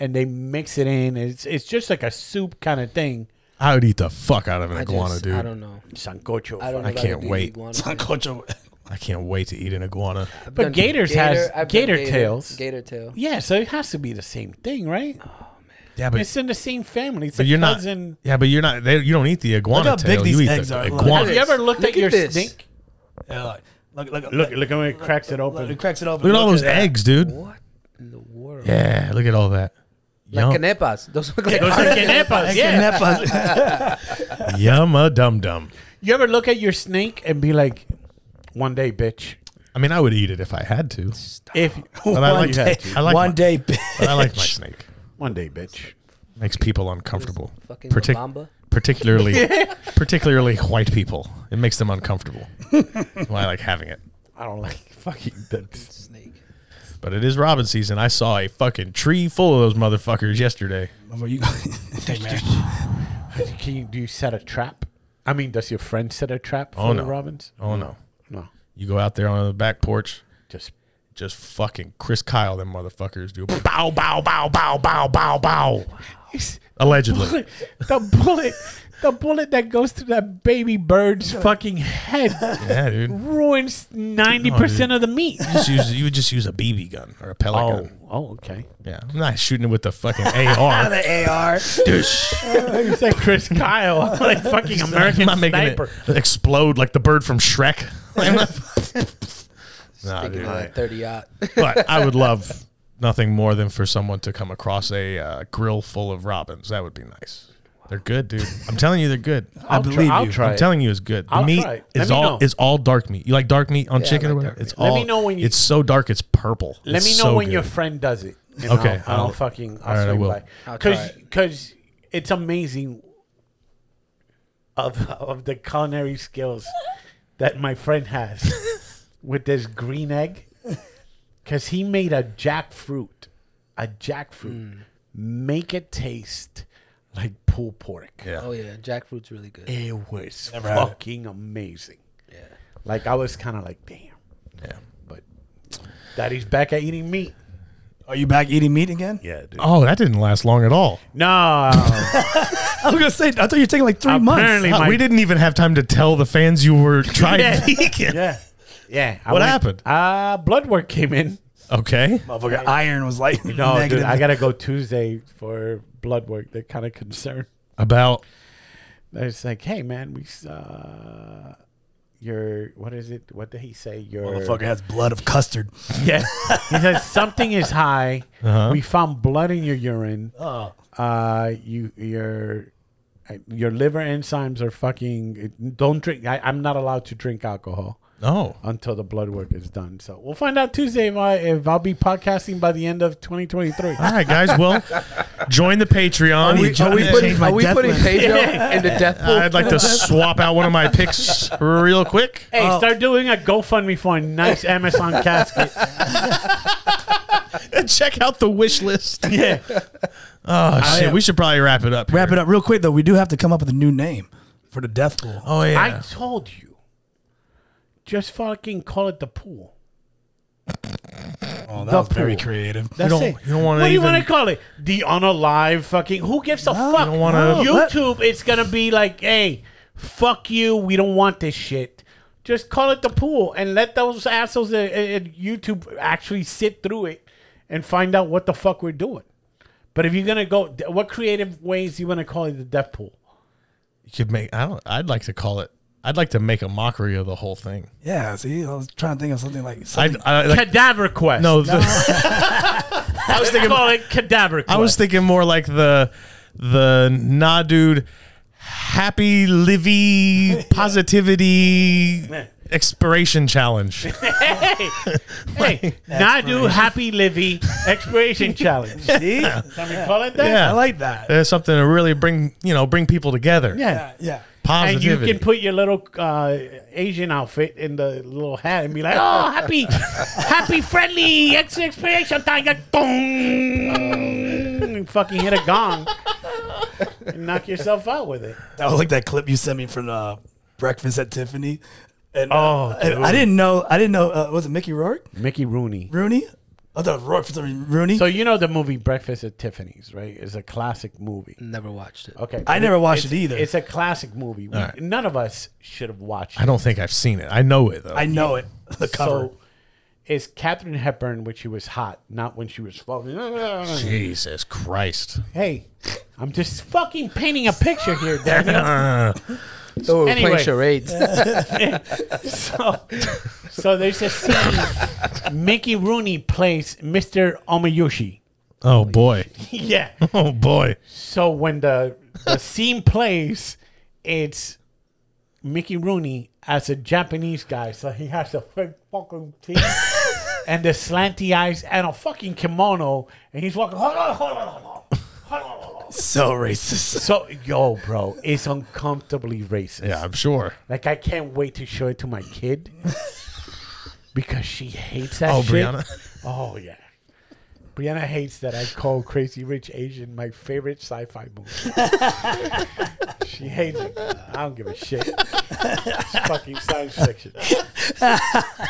and they mix it in. It's it's just like a soup kind of thing. I would eat the fuck out of an I just- iguana, dude. I I, don't know. Sancocho. I don't know. I if can't could eat wait. iguana. Sancocho. can't wait to eat an iguana. I've But done gators has I've done gator tails. Gator tail. yeah, so it has to be the same thing, right? Yeah, Uh, but, it's in the same family. It's but a you're not. cousin. Yeah, but you're not. They, you don't eat the iguana how big tail. these you eat eggs the are. Look. iguana. Have you ever looked Look at your at this. snake? Yeah, like- Look, look, look, Look, look, look how it cracks it open. it cracks it open. Look at all those that. eggs, dude. What in the world? Yeah, look at all that. Like Yum, canepas. Those look like Those are kenepas, yeah. Nepas. yum a dum dum. You ever look at your snake and be like, one day, bitch. I mean, I would eat it if I had to. If But I one like day, that. I like one my- day, bitch. But I like my snake. one day, bitch. Makes people uncomfortable. fucking Partic- Mamba. particularly, particularly white people. It makes them uncomfortable. That's why I like having it. I don't like fucking that. snake. But it is Robin season. I saw a fucking tree full of those motherfuckers yesterday. Where you hey, man. Can you do you set a trap? I mean, does your friend set a trap for Oh, no. the robins? Oh no! No, You go out there on the back porch, just just fucking Chris Kyle them motherfuckers do bow bow bow bow bow bow bow. Allegedly, the bullet, the bullet that goes to that baby bird's fucking head yeah, dude. ruins ninety percent Oh, of the meat. You, just use, you would just use a BB gun or a pellet Oh, gun. oh, okay. Yeah, I'm not shooting it with the fucking AR. The AR. You said Chris Kyle, like fucking American I'm not making sniper. it explode like the bird from Shrek. I'm not- nah, Thinking dude. of that 30 yacht. but I would love nothing more than for someone to come across a uh, grill full of robins. That would be nice. They're good, dude. I'm telling you, they're good. I'll I'm, try- I'll try it. telling you, it's good. The I'll meat try it. Let is me all know. is all dark meat. You like dark meat on chicken or like whatever? dark It's meat. all. Let me know when you- It's so dark, it's purple. Let It's me know so when good. your friend does it. and Okay, I'll, I'll I'll- fucking all right, I I'll will. swing by I'll try because it. because it's amazing of of the culinary skills that my friend has with this green egg because he made a jackfruit, a Mm. jackfruit, make it taste like pulled pork. Yeah. oh, yeah. Jackfruit's really good. It was fucking amazing. Yeah, like I was kind of like, damn, Yeah. but daddy's back at eating meat. Are you back eating meat again? Yeah, dude. Oh, that didn't last long at all. No. I was gonna say. I thought you were taking like three Apparently months. Huh, my- we didn't even have time to tell the fans you were trying Yeah. vegan. yeah. Yeah. I What happened? Uh, blood work came in. Okay. Motherfucker, iron was like No, negative. dude, I got to go Tuesday for blood work. They're kind of concerned. About They're just like, hey, man, we saw your, what is it? What did he say? Your, Motherfucker has blood of custard. Yeah. he says, something is high. We found blood in your urine. Oh, Uh, you, your, uh, your liver enzymes are fucking, don't drink. I, I'm not allowed to drink alcohol. oh, until the blood work is done. So we'll find out Tuesday if, I, if I'll be podcasting by the end of 2023. all right, guys. Well, join the Patreon. we- Join are we the- putting- Are we death putting wish. Pedro in the death pool? I'd like to swap out one of my picks real quick. Hey, start doing a GoFundMe for a nice Amazon casket. Check out the wish list. Yeah. Oh shit, we should probably wrap it up. wrap it up real quick though. We do have to come up with a new name for the death pool. Oh yeah. I told you. Just fucking call it the pool. Oh, that The was very pool. creative. That's don't- it. you don't wanna what do you even- want to call it? The unalive fucking. Who gives a fuck? don't wanna- No, let- YouTube, it's going to be like, hey, fuck you. We don't want this shit. Just call it the pool and let those assholes at, at- at YouTube actually sit through it and find out what the fuck we're doing. But if you're going to go, what creative ways you want to call it the death pool? you could make. I don't. I'd like to call it I'd like to make a mockery of the whole thing. Yeah, see, I was trying to think of something I, like something. I like, Cadaver Quest. no, the, I was thinking call it Cadaver Quest. I was thinking more like the the nah dude happy livy positivity expiration challenge. hey, Nadu Happy Livy Expiration Challenge. See? Can we call it that? Yeah. I like that. There's something to really bring you know bring people together. Yeah. Yeah. And you positivity. can put your little uh, Asian outfit in the little hat and be like, "Oh, happy, happy, friendly ex- expiration time!" Like, dong, and fucking hit a gong and knock yourself out with it. That was like that clip you sent me from uh, Breakfast at Tiffany. And, uh, Oh, and I didn't know. I didn't know. Uh, was it Mickey Rourke? Mickey Rooney. Rooney? I thought it was Rourke for some reason. Rooney. So you know the movie Breakfast at Tiffany's, right? It's a classic movie. Never watched it. Okay, I never watched it's- it either. It's a classic movie. We- right. None of us should have watched. I it. don't think I've seen it. I know it though. I know it. The cover. So, it's Katherine Hepburn when she was hot, not when she was fucking. Oh, Jesus Christ. Hey, I'm just fucking painting a picture here, Daniel. Uh, So we were Anyway. playing charades. so, so there's a scene. Mickey Rooney plays Mr. Omiyoshi. oh boy. yeah. Oh boy. So when the, the scene plays, it's Mickey Rooney as a Japanese guy. So he has the fake fucking teeth and the slanty eyes and a fucking kimono, and he's walking. So racist. So yo, bro, it's uncomfortably racist. Yeah, I'm sure. Like I can't wait to show it to my kid because she hates that. Oh, shit. Brianna. Oh yeah, Brianna hates that I call Crazy Rich Asian my favorite sci-fi movie. she hates it. I don't give a shit. It's fucking science fiction. Oh,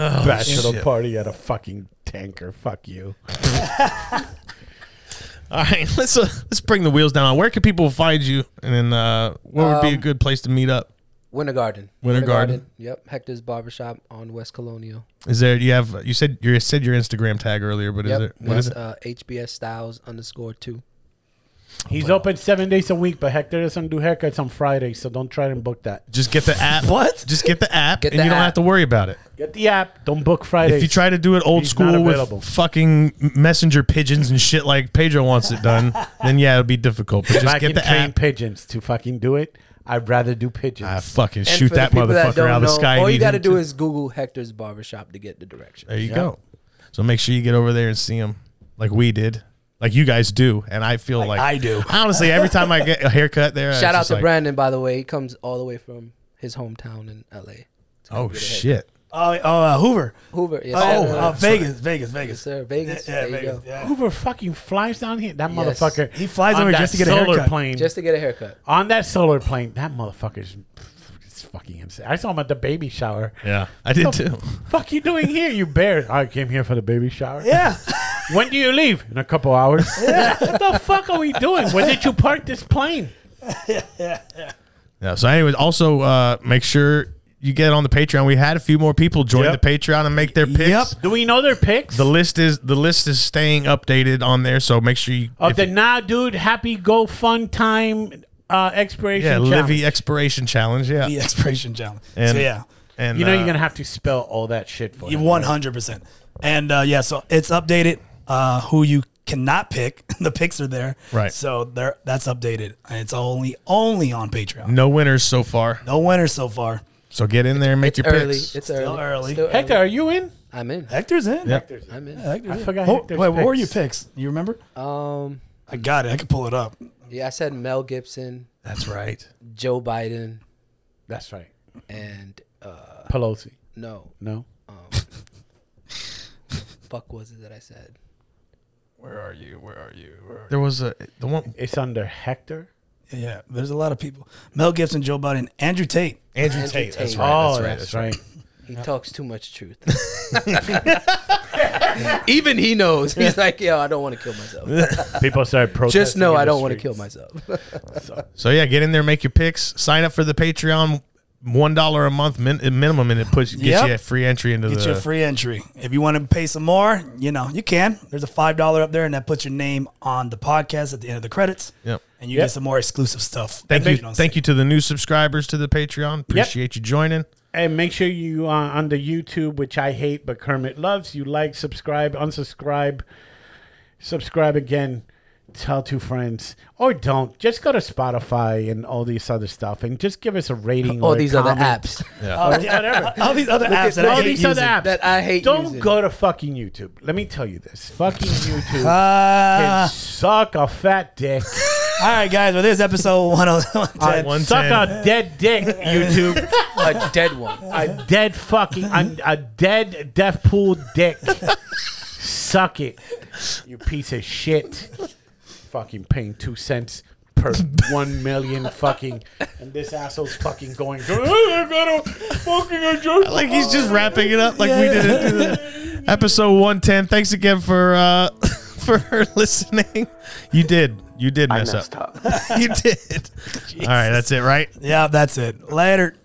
Oh, Bachelor shit. party at a fucking tanker. Fuck you. All right, let's uh, let's bring the wheels down. Where can people find you, and then uh, what would Um, be a good place to meet up? Winter Garden. Winter Garden. Yep. Hector's Barbershop on West Colonial. Is there? You have you said you said your Instagram tag earlier, but Yep. is it what that's, is it? Uh, HBS Styles underscore two. Oh, He's open seven days a week, but Hector doesn't do haircuts on Fridays, so don't try and book that. Just get the app. What? Just get the app, Get and the you don't app. have to worry about it. Get the app. Don't book Fridays. If you try to do it old He's not school available. with fucking messenger pigeons and shit like Pedro wants it done, then yeah, it'll be difficult. But if just I get can the train app. pigeons to fucking do it, I'd rather do pigeons. I fucking And shoot for the that people motherfucker don't out of the know, sky. and All you eat got to him do too. is Google Hector's Barbershop to get the directions. There you go. So make sure you get over there and see him, like we did, like you guys do, and I feel like, I do. Honestly, every time I get a haircut there, it's Shout out just to like, Brandon, by the way. He comes all the way from his hometown in LA. Oh shit! Oh, oh uh, Hoover. Hoover. Yes, Oh, sir. uh, Vegas, Vegas, Yes, Vegas. sir. Vegas. Yeah, there you Vegas. go. Yeah. Hoover fucking flies down here. That Yes. motherfucker. He flies on over that just to get a solar haircut. plane. Just to get a haircut. on that solar plane, that motherfucker's it's fucking insane. I saw him at the baby shower. Yeah, I Oh. did too. Fuck you doing here, you bear? I came here for the baby shower. Yeah. When do you leave? In a couple hours. what the fuck are we doing? Where did you park this plane? Yeah. So, anyways, also uh, make sure you get on the Patreon. We had a few more people join Yep. the Patreon and make their picks. Yep. Do we know their picks? The list is the list is staying updated on there, so make sure you. of if the you- nah dude happy go fun time uh expiration yeah, challenge. Livy expiration challenge. Yeah, The expiration challenge. And- so yeah, and you know uh, you're gonna have to spell all that shit for him. one hundred percent. And uh, yeah, so it's updated. Uh, who you cannot pick, the picks are there. Right. So there, that's updated, and it's only only on Patreon. no winners so far. No winners so far. So get in there and make It's your early. picks. It's Still early. Still Hector, are you in? I'm in. Hector's in. Yep. I'm in. Hector's I in. forgot Oh, wait, Hector's what were your picks. picks? You remember? Um, I got it. I could pull it up. yeah, I said Mel Gibson, That's right. Joe Biden, That's right. and uh, Pelosi. no, No. fuck was it that I said? Where are you? Where are you? Where are There was a the one It's under Hector. you? Yeah, there's a lot of people. Mel Gibson, Joe Biden, Andrew Tate. Andrew, Andrew Tate. That's Tate. right. oh, that's right. that's right. He talks too much truth. Even he knows. He's like, yo, I don't want to kill myself. People started protesting. Just know in I the don't want to streets. kill myself. So yeah, get in there, make your picks, sign up for the Patreon. one dollar a month min- minimum, and it puts gets Yep. you a free entry into Get the your free entry. If you want to pay some more, you know, you can. There's a $5 up there, and that puts your name on the podcast at the end of the credits. Yep. And you Yep. get some more exclusive stuff. Thank that you, don't thank see. you to the new subscribers to the Patreon. Appreciate you joining. And make sure you uh, on the YouTube, which I hate but Kermit loves, you like, subscribe, unsubscribe, subscribe again, tell two friends, or don't. Just go to Spotify and all these other stuff and just give us a rating. All or a these other comment. apps Uh, All, the- all these other apps that I all hate these using. other apps that I hate. Don't using. go to fucking YouTube. Let me tell you this: fucking YouTube Uh, can suck a fat dick, all right, guys. Well, this is episode 110. One suck ten. a dead dick, YouTube, a dead one. a dead fucking, a, a dead death pool dick. suck it, you piece of shit. Fucking paying two cents per one million fucking, and this asshole's fucking going. I gotta fucking enjoy. Like he's just wrapping it up, like we didn't do the episode one ten. Thanks again for uh for listening. You did, you did mess up. You did. All right, that's it, right? yeah, that's it. Later.